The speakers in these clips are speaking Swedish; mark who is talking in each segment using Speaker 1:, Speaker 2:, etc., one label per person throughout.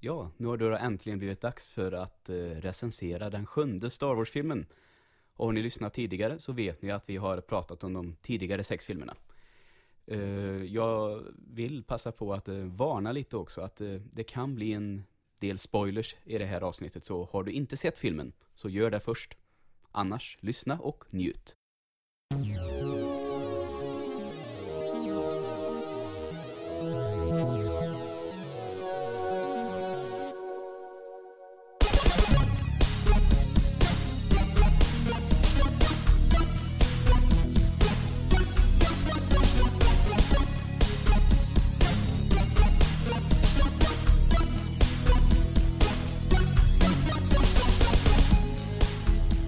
Speaker 1: Ja, nu har det då äntligen blivit dags för att eh, recensera den sjunde Star Wars-filmen. Och har ni lyssnat tidigare så vet ni att vi har pratat om de tidigare sex filmerna. Eh, Jag vill passa på att eh, varna lite också att eh, det kan bli en del spoilers i det här avsnittet. Så har du inte sett filmen, så gör det först. Annars, lyssna och njut.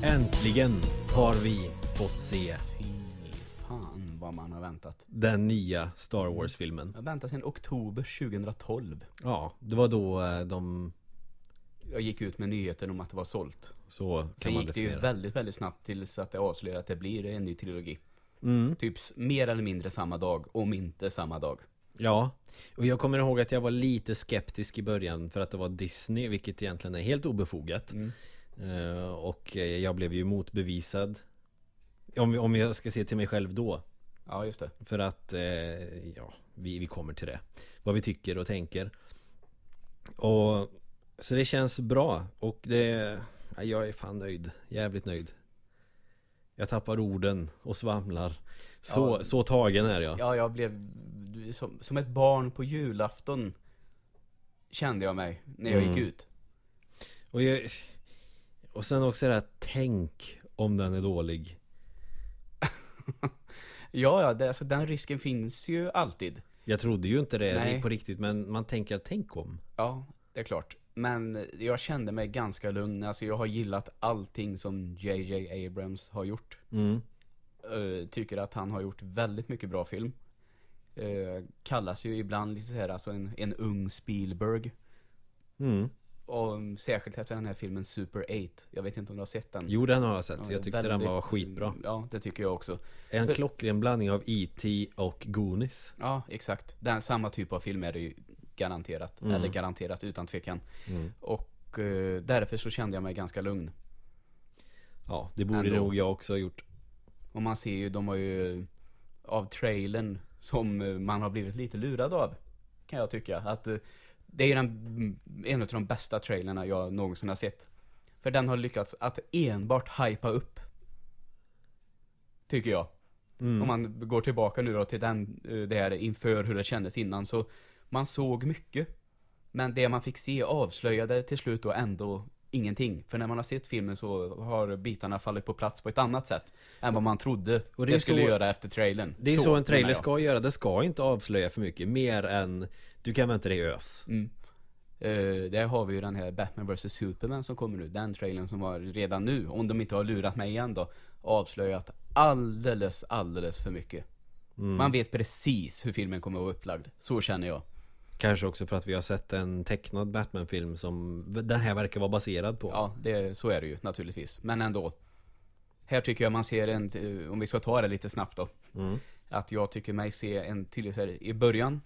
Speaker 2: Äntligen har vi fått se
Speaker 1: Fy fan vad man har väntat.
Speaker 2: den nya Star Wars-filmen.
Speaker 1: Jag har väntat sedan oktober 2012.
Speaker 2: Ja, det var då eh, de...
Speaker 1: Jag gick ut med nyheten om att det var sålt.
Speaker 2: Så kan
Speaker 1: Sen
Speaker 2: man
Speaker 1: gick det ju
Speaker 2: definiera.
Speaker 1: väldigt, väldigt snabbt tills att det avslöjade att det blir en ny trilogi.
Speaker 2: Mm.
Speaker 1: Typ s- mer eller mindre samma dag, om inte samma dag.
Speaker 2: Ja, och jag kommer ihåg att jag var lite skeptisk i början för att det var Disney, vilket egentligen är helt obefogat.
Speaker 1: Mm.
Speaker 2: Eh, och eh, jag blev ju motbevisad. Om, om jag ska se till mig själv då.
Speaker 1: Ja, just det.
Speaker 2: För att, eh, ja, vi, vi kommer till det. Vad vi tycker och tänker. Och, så det känns bra. Och det, ja, jag är fan nöjd. Jävligt nöjd. Jag tappar orden och svamlar. Så,
Speaker 1: Ja.
Speaker 2: så tagen är jag.
Speaker 1: Ja, jag blev du- som, som ett barn på julafton. Kände jag mig när jag
Speaker 2: Mm.
Speaker 1: gick ut.
Speaker 2: Och, jag, och sen också det här, tänk om den är dålig.
Speaker 1: Ja, ja, det, alltså den risken finns ju alltid.
Speaker 2: Jag trodde ju inte det
Speaker 1: Nej.
Speaker 2: på riktigt, men man tänker, tänk om.
Speaker 1: Ja, det är klart. Men jag kände mig ganska lugn. Alltså jag har gillat allting som JJ Abrams har gjort.
Speaker 2: Mm.
Speaker 1: eh, tycker att han har gjort väldigt mycket bra film. Eh, kallas ju ibland lite så här, alltså en, en ung Spielberg.
Speaker 2: Mm.
Speaker 1: Och mm, särskilt efter den här filmen Super 8. Jag vet inte om du har sett den?
Speaker 2: Jo, den har jag sett.
Speaker 1: Ja,
Speaker 2: jag tyckte den
Speaker 1: väldigt-
Speaker 2: var skitbra.
Speaker 1: Ja, det tycker jag också.
Speaker 2: En
Speaker 1: Så-
Speaker 2: klockren blandning av E.T. och Goonies.
Speaker 1: Ja, exakt. Den samma typ av film är det ju garanterat.
Speaker 2: Mm.
Speaker 1: Eller garanterat utan tvekan.
Speaker 2: Mm.
Speaker 1: Och eh, därför så kände jag mig ganska lugn.
Speaker 2: Ja, det borde
Speaker 1: Ändå.
Speaker 2: nog jag också ha gjort.
Speaker 1: Och man ser ju, de har ju av trailern som eh, man har blivit lite lurad av. Kan jag tycka. Att eh, det är ju den, mm, en av de bästa trailerna jag någonsin har sett. För den har lyckats att enbart hypa upp. Tycker jag.
Speaker 2: Mm.
Speaker 1: Om man går tillbaka nu då till den, eh, det här inför hur det kändes innan så man såg mycket. Men det man fick se avslöjade till slut då ändå ingenting. För när man har sett filmen så har bitarna fallit på plats på ett annat sätt än vad man trodde
Speaker 2: Och
Speaker 1: och
Speaker 2: det
Speaker 1: det,
Speaker 2: är
Speaker 1: skulle
Speaker 2: så-
Speaker 1: göra efter trailern.
Speaker 2: Det är så, en
Speaker 1: menar
Speaker 2: trailer
Speaker 1: jag.
Speaker 2: ska göra. Det ska inte avslöja för mycket. Mer än du kan vänta dig ös.
Speaker 1: Mm. Eh, där har vi ju den här Batman vs Superman som kommer nu. Den trailern som var redan nu, om de inte har lurat mig igen då, avslöjat alldeles, alldeles för mycket.
Speaker 2: Mm.
Speaker 1: Man vet precis hur filmen kommer att vara upplagd. Så känner jag.
Speaker 2: Kanske också för att vi har sett en tecknad Batman-film som den här verkar vara baserad på.
Speaker 1: Ja, det, så är det ju naturligtvis. Men ändå. Här tycker jag man ser en, eh, om vi ska ta det lite snabbt då.
Speaker 2: Mm.
Speaker 1: Att jag tycker mig se en tydlig så här, i början,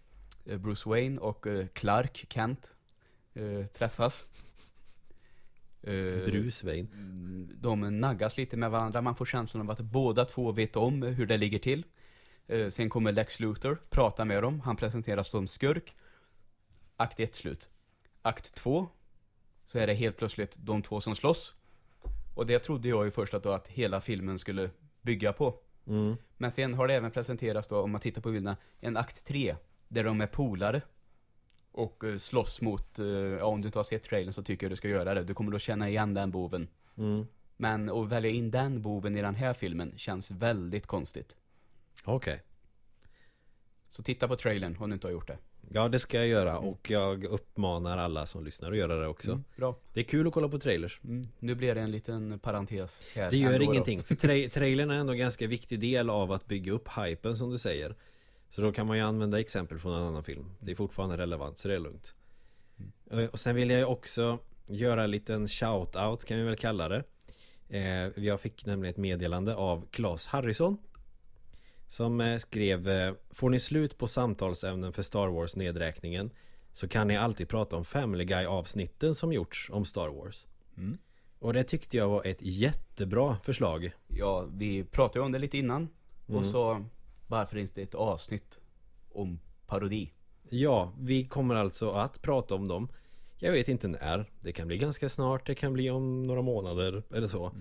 Speaker 1: eh, Bruce Wayne och eh, Clark Kent eh, träffas. Eh,
Speaker 2: Bruce Wayne.
Speaker 1: Mm, de naggas lite med varandra. Man får känslan av att båda två vet om hur det ligger till. Eh, sen kommer Lex Luthor, pratar med dem. Han presenteras som skurk. Akt 1 slut. Akt 2 så är det helt plötsligt de två som slåss. Och det trodde jag ju först att, då att hela filmen skulle bygga på.
Speaker 2: Mm.
Speaker 1: Men sen har det även presenterats då, om man tittar på bilderna, en akt 3 där de är polare. Och eh, slåss mot, eh, ja om du inte har sett trailern så tycker jag du ska göra det. Du kommer då känna igen den boven.
Speaker 2: Mm.
Speaker 1: Men att välja in den boven i den här filmen känns väldigt konstigt.
Speaker 2: Okej.
Speaker 1: Så titta på trailern om du inte har gjort det.
Speaker 2: Ja, det ska jag göra och jag uppmanar alla som lyssnar att göra det också.
Speaker 1: Mm, bra.
Speaker 2: Det är kul att kolla på trailers.
Speaker 1: Mm. Nu blir det en liten parentes här.
Speaker 2: Det gör
Speaker 1: ändå då.
Speaker 2: ingenting, för tra- trailern är ändå en ganska viktig del av att bygga upp hypen som du säger. Så då kan man ju använda exempel från en annan film. Det är fortfarande relevant, så det är lugnt.
Speaker 1: Mm.
Speaker 2: Eh, Och sen vill jag ju också göra en liten shout-out kan vi väl kalla det. Eh, Jag fick nämligen ett meddelande av Claes Harrison. Som eh, skrev eh, Får ni slut på samtalsämnen för Star Wars-nedräkningen? Så kan ni alltid prata om Family Guy avsnitten som gjorts om Star Wars
Speaker 1: Mm.
Speaker 2: Och det tyckte jag var ett jättebra förslag
Speaker 1: Ja, vi pratade ju om det lite innan.
Speaker 2: Mm.
Speaker 1: Och så, varför inte ett avsnitt om parodi?
Speaker 2: Ja, vi kommer alltså att prata om dem Jag vet inte när Det kan bli ganska snart, det kan bli om några månader eller så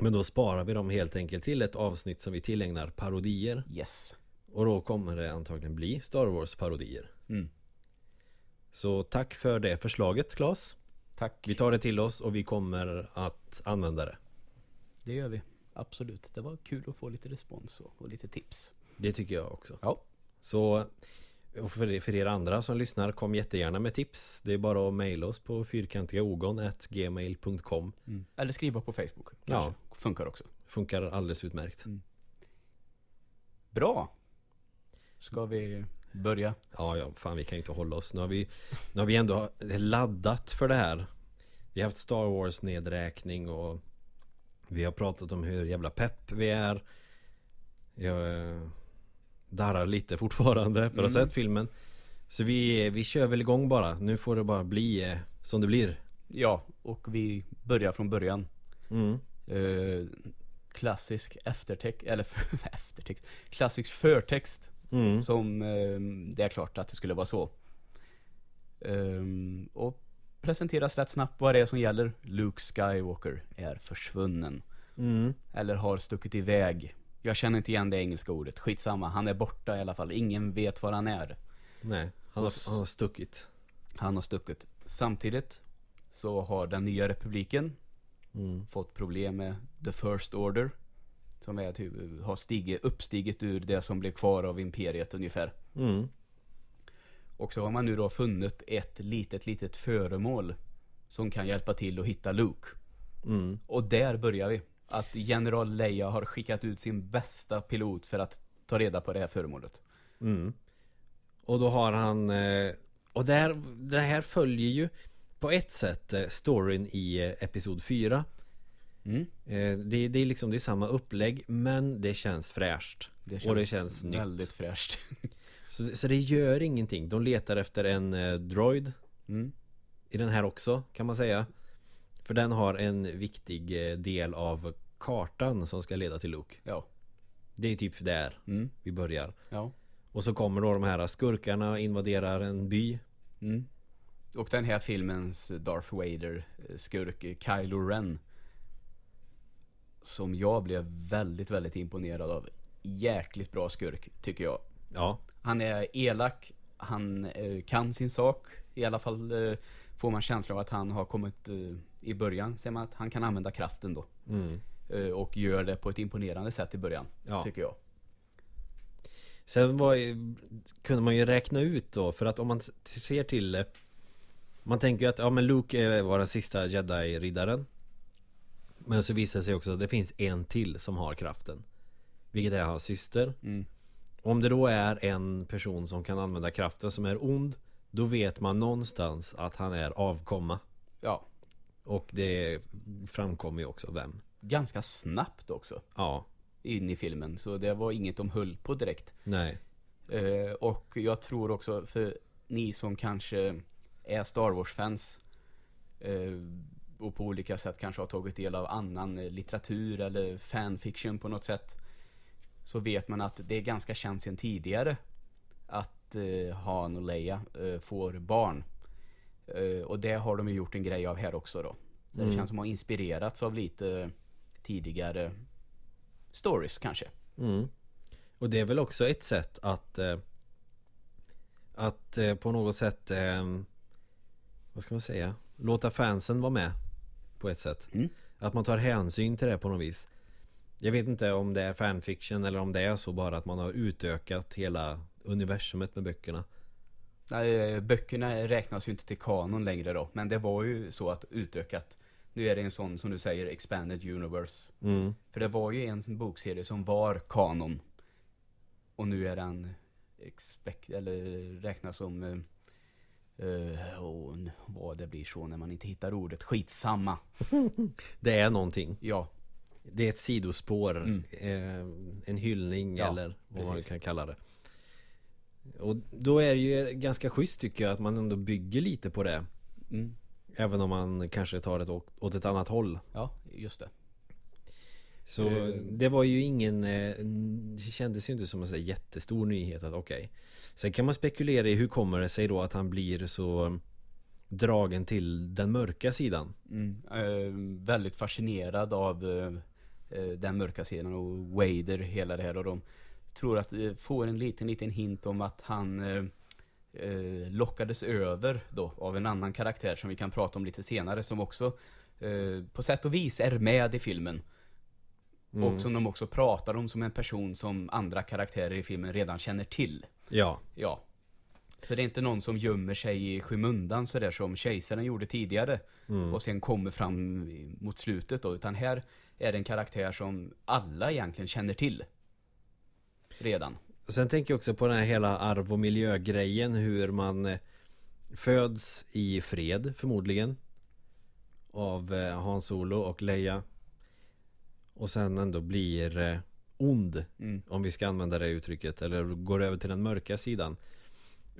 Speaker 2: Men då sparar vi dem helt enkelt till ett avsnitt som vi tillägnar parodier
Speaker 1: Yes.
Speaker 2: Och då kommer det antagligen bli Star Wars parodier
Speaker 1: Mm.
Speaker 2: Så tack för det förslaget Claes
Speaker 1: Tack.
Speaker 2: Vi tar det till oss och vi kommer att använda det
Speaker 1: Det gör vi. Absolut. Det var kul att få lite respons och, och lite tips.
Speaker 2: Det tycker jag också
Speaker 1: Ja.
Speaker 2: Så och för, för er andra som lyssnar kom jättegärna med tips Det är bara att mejla oss på fyrkantigaogon.gmail.com
Speaker 1: Eller skriva på Facebook.
Speaker 2: Mm. Ja.
Speaker 1: Kanske. Funkar också.
Speaker 2: Funkar alldeles utmärkt
Speaker 1: Bra. Ska vi börja?
Speaker 2: Ja, ja, fan vi kan ju inte hålla oss. Nu har vi, nu har vi ändå laddat för det här. Vi har haft Star Wars nedräkning och vi har pratat om hur jävla pepp vi är. Jag eh, darrar lite fortfarande för att ha sett filmen. Så vi, vi kör väl igång bara. Nu får det bara bli eh, som det blir.
Speaker 1: Ja, och vi börjar från början.
Speaker 2: Mm.
Speaker 1: Eh, klassisk eftertext, eller eftertext, klassisk förtext
Speaker 2: Mm.
Speaker 1: som eh, det är klart att det skulle vara så. Ehm, och presenteras rätt snabbt vad det är som gäller. Luke Skywalker är försvunnen.
Speaker 2: Mm.
Speaker 1: Eller har stuckit iväg. Jag känner inte igen det engelska ordet. Skitsamma, han är borta i alla fall. Ingen vet var han är.
Speaker 2: Nej, han har, han har stuckit.
Speaker 1: Han har stuckit. Samtidigt så har den nya republiken
Speaker 2: Mm.
Speaker 1: fått problem med The First Order. Som är typ, har stigit, uppstigit ur det som blev kvar av imperiet ungefär.
Speaker 2: Mm.
Speaker 1: Och så har man nu då funnit ett litet, litet föremål som kan hjälpa till att hitta Luke.
Speaker 2: Mm.
Speaker 1: Och där börjar vi. Att general Leia har skickat ut sin bästa pilot för att ta reda på det här föremålet.
Speaker 2: Mm. Och då har han eh, Och där, det här följer ju På ett sätt eh, storyn i eh, Episod 4
Speaker 1: Mm.
Speaker 2: eh, det, det är liksom det är samma upplägg Men det känns fräscht Och det känns nytt
Speaker 1: väldigt fräscht.
Speaker 2: så, så det gör ingenting De letar efter en eh, droid
Speaker 1: Mm.
Speaker 2: I den här också kan man säga För den har en viktig eh, del av kartan som ska leda till Luke
Speaker 1: Ja.
Speaker 2: Det är typ där
Speaker 1: Mm.
Speaker 2: vi börjar
Speaker 1: Ja.
Speaker 2: Och så kommer då de här skurkarna och invaderar en by
Speaker 1: Mm. Och den här filmens Darth Vader eh, skurk eh, Kylo Ren. Som jag blev väldigt, väldigt imponerad av. Jäkligt bra skurk tycker jag.
Speaker 2: Ja,
Speaker 1: Han är elak, han eh, kan sin sak. I alla fall eh, får man känslan av att han har kommit eh, i början. Ser man att han kan använda kraften då.
Speaker 2: mm.
Speaker 1: Eh, och gör det på ett imponerande sätt i början.
Speaker 2: ja.
Speaker 1: Tycker jag.
Speaker 2: Sen var, ju- kunde man ju räkna ut då, för att om man s- ser till det Man tänker ju att, ja men Luke eh, var den sista jedi-riddaren Men så visar det sig också att det finns en till som har kraften Vilket är hans syster
Speaker 1: Mm.
Speaker 2: Om det då är en person som kan använda kraften som är ond Då vet man någonstans att han är avkomma
Speaker 1: Ja.
Speaker 2: Och det framkommer ju också vem
Speaker 1: Ganska snabbt också.
Speaker 2: Ja,
Speaker 1: In i filmen. Så det var inget de höll på direkt.
Speaker 2: nej
Speaker 1: Eh, och jag tror också för ni som kanske är Star Wars-fans eh, och på olika sätt kanske har tagit del av annan eh, litteratur eller fanfiction på något sätt. Så vet man att det är ganska känt sedan tidigare att eh, Han och Leia eh, får barn. Eh, och det har de ju gjort en grej av här också då. Där Det känns som att de har inspirerats av lite tidigare stories kanske.
Speaker 2: Mm. Och det är väl också ett sätt att eh, Att eh, på något sätt eh, Vad ska man säga? Låta fansen vara med På ett sätt
Speaker 1: Mm.
Speaker 2: Att man tar hänsyn till det på något vis Jag vet inte om det är fanfiction eller om det är så bara att man har utökat hela universumet med böckerna
Speaker 1: Nej, eh, böckerna räknas ju inte till kanon längre då, men det var ju så att utökat. Nu är det en sån, som du säger, expanded universe.
Speaker 2: mm.
Speaker 1: För det var ju en bokserie som var kanon. Och nu är den expect, eller räknas som... eh, eh, och n- vad det blir så när man inte hittar ordet. Skitsamma.
Speaker 2: Det är någonting
Speaker 1: Ja,
Speaker 2: Det är ett sidospår eh, En hyllning
Speaker 1: Mm. Ja,
Speaker 2: eller vad man
Speaker 1: precis.
Speaker 2: kan kalla det Och då är det ju ganska schysst tycker jag att man ändå bygger lite på det.
Speaker 1: Mm.
Speaker 2: Även om man kanske tar det å- åt ett annat håll.
Speaker 1: Ja, just det.
Speaker 2: Så
Speaker 1: Eh.
Speaker 2: det var ju ingen, eh, n- det kändes ju inte som en sån där jättestor nyhet att okej. Sen kan man spekulera i hur kommer det sig då att han blir så dragen till den mörka sidan.
Speaker 1: Eh, väldigt fascinerad av eh, eh, den mörka sidan och Wader, hela det här. Och de tror att, eh, får en liten, liten hint om att han eh, eh, lockades över då av en annan karaktär som vi kan prata om lite senare som också eh, på sätt och vis är med i filmen.
Speaker 2: Mm.
Speaker 1: Och som de också pratar om som en person som andra karaktärer i filmen redan känner till.
Speaker 2: Ja,
Speaker 1: Ja. Så det är inte någon som gömmer sig i skymundan sådär som kejsaren gjorde tidigare.
Speaker 2: Mm.
Speaker 1: Och sen kommer fram i- mot slutet då. Utan här är det en karaktär som alla egentligen känner till. Redan.
Speaker 2: Och Sen tänker jag också på den här hela arv och miljögrejen hur man eh, föds i fred förmodligen av eh, Han Solo och Leia och sen ändå blir eh, ond
Speaker 1: Mm.
Speaker 2: om vi ska använda det uttrycket eller går över till den mörka sidan.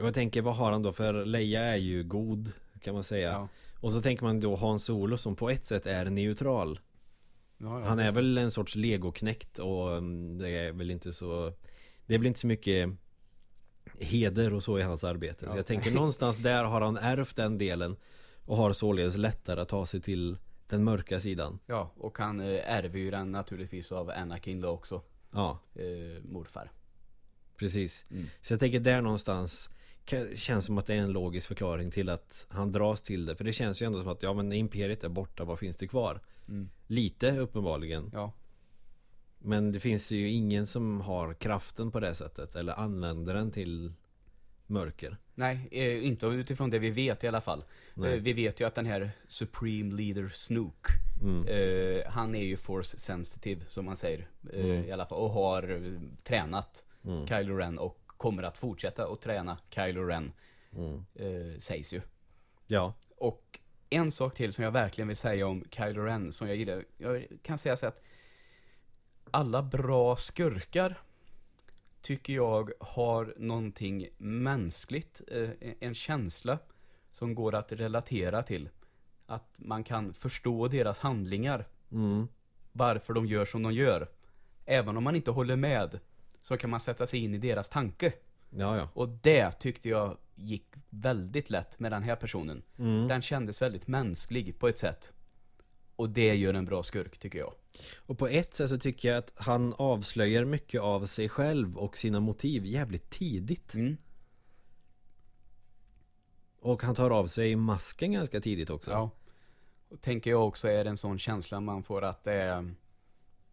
Speaker 2: Och jag tänker vad har han då för Leia är ju god kan man säga
Speaker 1: Ja.
Speaker 2: och så tänker man då Han Solo som på ett sätt är neutral.
Speaker 1: Ja, ja,
Speaker 2: Han är
Speaker 1: precis.
Speaker 2: väl en sorts legoknekt och mm, det är väl inte så Det är väl inte så mycket heder och så i hans arbete.
Speaker 1: Ja.
Speaker 2: Jag tänker någonstans där har han ärvt den delen och har således lättare att ta sig till den mörka sidan.
Speaker 1: Ja, och han eh, ärver ju den naturligtvis av Anakin då också.
Speaker 2: Ja,
Speaker 1: Eh, morfar.
Speaker 2: precis.
Speaker 1: Mm.
Speaker 2: Så jag tänker där någonstans ka- känns som att det är en logisk förklaring till att han dras till det. För det känns ju ändå som att ja men imperiet är borta, vad finns det kvar?
Speaker 1: Mm.
Speaker 2: Lite uppenbarligen.
Speaker 1: Ja.
Speaker 2: Men det finns ju ingen som har kraften på det sättet eller använder den till mörker.
Speaker 1: Nej, eh, inte utifrån det vi vet i alla fall.
Speaker 2: Nej.
Speaker 1: Eh, vi vet ju att den här Supreme Leader Snook.
Speaker 2: Mm.
Speaker 1: Eh, han är ju force sensitive som man säger. Eh,
Speaker 2: Mm.
Speaker 1: I alla fall. Och har eh, tränat
Speaker 2: Mm.
Speaker 1: Kylo Ren och kommer att fortsätta att träna Kylo Ren.
Speaker 2: Mm.
Speaker 1: Eh, sägs ju.
Speaker 2: Ja.
Speaker 1: Och en sak till som jag verkligen vill säga om Kylo Ren som jag gillar. Jag kan säga så att alla bra skurkar tycker jag har någonting mänskligt, eh, en känsla som går att relatera till. Att man kan förstå deras handlingar,
Speaker 2: Mm.
Speaker 1: varför de gör som de gör. Även om man inte håller med så kan man sätta sig in i deras tanke.
Speaker 2: Ja, ja.
Speaker 1: Och det tyckte jag gick väldigt lätt med den här personen.
Speaker 2: Mm.
Speaker 1: Den kändes väldigt mänsklig på ett sätt. Och det gör en bra skurk tycker jag.
Speaker 2: Och på ett sätt så tycker jag att han avslöjar mycket av sig själv och sina motiv jävligt tidigt.
Speaker 1: Mm.
Speaker 2: Och han tar av sig masken ganska tidigt också.
Speaker 1: Ja. Och tänker jag också är det en sån känsla man får att det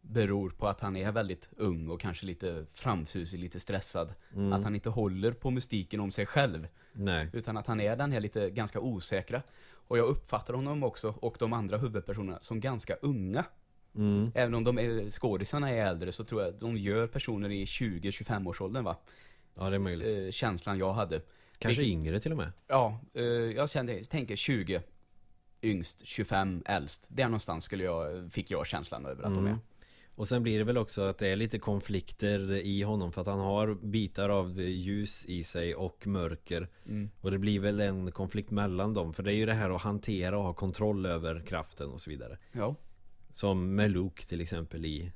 Speaker 1: beror på att han är väldigt ung och kanske lite framfusig, lite stressad.
Speaker 2: Mm.
Speaker 1: Att han inte håller på mystiken om sig själv.
Speaker 2: Nej.
Speaker 1: Utan att han är den här lite ganska osäkra. Och jag uppfattar honom också och de andra huvudpersonerna som ganska unga.
Speaker 2: Mm.
Speaker 1: Även om de är, skådisarna är äldre så tror jag att de gör personer i 20-25 års åldern va.
Speaker 2: Ja, det är möjligt.
Speaker 1: Eh, känslan jag hade.
Speaker 2: Kanske
Speaker 1: vilket-
Speaker 2: yngre till och med.
Speaker 1: Ja, eh, jag kände, tänker 20 yngst, 25 äldst. Där någonstans skulle jag, fick jag känslan över att de är.
Speaker 2: Mm. Och sen blir det väl också att det är lite konflikter i honom för att han har bitar av ljus i sig och mörker.
Speaker 1: Mm.
Speaker 2: Och det blir väl en konflikt mellan dem. För det är ju det här att hantera och ha kontroll över kraften och så vidare.
Speaker 1: Ja.
Speaker 2: Som Meluk till exempel i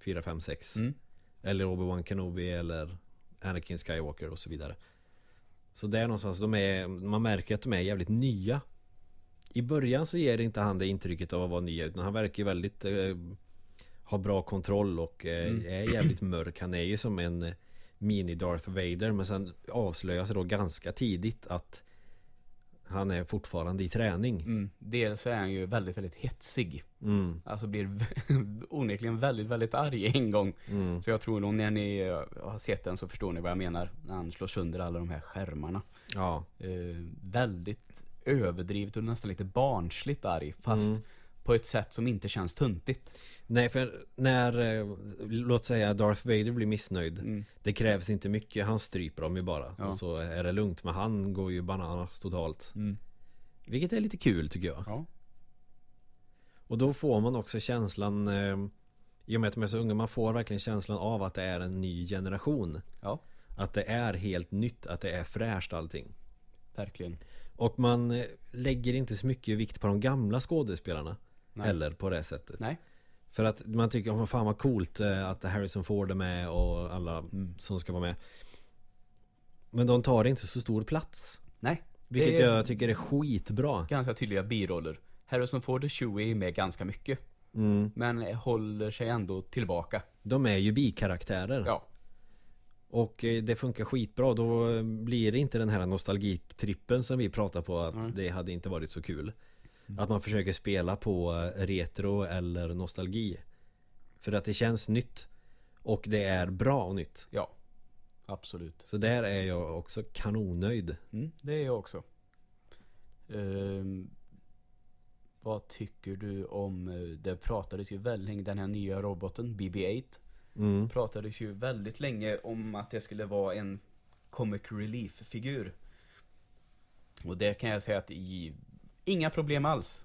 Speaker 2: 4, 5, 6.
Speaker 1: Mm.
Speaker 2: Eller Obi-Wan Kenobi eller Anakin Skywalker och så vidare. Så där någonstans, de är, man märker att de är jävligt nya. I början så ger inte han det intrycket av att vara nya utan han verkar ju väldigt eh, ha bra kontroll och eh,
Speaker 1: Mm.
Speaker 2: är jävligt mörk. Han är ju som en eh, mini Darth Vader men sen avslöjas det då ganska tidigt att han är fortfarande i träning.
Speaker 1: Mm. Dels är han ju väldigt, väldigt hetsig.
Speaker 2: Mm,
Speaker 1: Alltså blir v- onekligen väldigt, väldigt arg en gång.
Speaker 2: mm,
Speaker 1: Så jag tror nog när ni eh, har sett den så förstår ni vad jag menar. När han slår sönder alla de här skärmarna.
Speaker 2: ja.
Speaker 1: Eh, väldigt överdrivet och nästan lite barnsligt arg. Fast
Speaker 2: Mm.
Speaker 1: på ett sätt som inte känns tuntigt.
Speaker 2: Nej för när, eh, låt säga Darth Vader blir missnöjd
Speaker 1: Mm.
Speaker 2: Det krävs inte mycket, han stryper dem ju bara
Speaker 1: Ja.
Speaker 2: och så är det lugnt Men han går ju bananas totalt
Speaker 1: Mm.
Speaker 2: Vilket är lite kul tycker jag
Speaker 1: Ja.
Speaker 2: Och då får man också känslan eh, I och med att de är så unga, man får verkligen känslan av att det är en ny generation
Speaker 1: Ja.
Speaker 2: Att det är helt nytt, att det är fräscht allting.
Speaker 1: Verkligen.
Speaker 2: Och man eh, lägger inte så mycket vikt på de gamla skådespelarna.
Speaker 1: Nej.
Speaker 2: Eller på det sättet.
Speaker 1: Nej.
Speaker 2: För att man tycker, oh, fan vad coolt eh, att Harrison Ford är med och alla
Speaker 1: Mm.
Speaker 2: som ska vara med. Men de tar inte så stor plats.
Speaker 1: Nej.
Speaker 2: Vilket
Speaker 1: Det är-
Speaker 2: jag tycker är skitbra.
Speaker 1: Ganska tydliga biroller. Harrison Ford och Chewie är med ganska mycket.
Speaker 2: Mm.
Speaker 1: Men håller sig ändå tillbaka.
Speaker 2: De är ju bikaraktärer.
Speaker 1: Ja.
Speaker 2: Och eh, det funkar skitbra. Då eh, blir det inte den här nostalgitrippen som vi pratar på att
Speaker 1: Nej. Mm.
Speaker 2: det hade inte varit så kul. Att man försöker spela på eh, retro eller nostalgi. För att det känns nytt. Och det är bra och nytt.
Speaker 1: Ja. Absolut.
Speaker 2: Så där är jag också kanonnöjd.
Speaker 1: Mm, det är jag också. Ehm, vad tycker du om, eh, det pratades ju väldigt länge, den här nya roboten BB-8
Speaker 2: Mm.
Speaker 1: pratades ju väldigt länge om att det skulle vara en comic relief-figur. Och det kan jag säga att i, inga problem alls.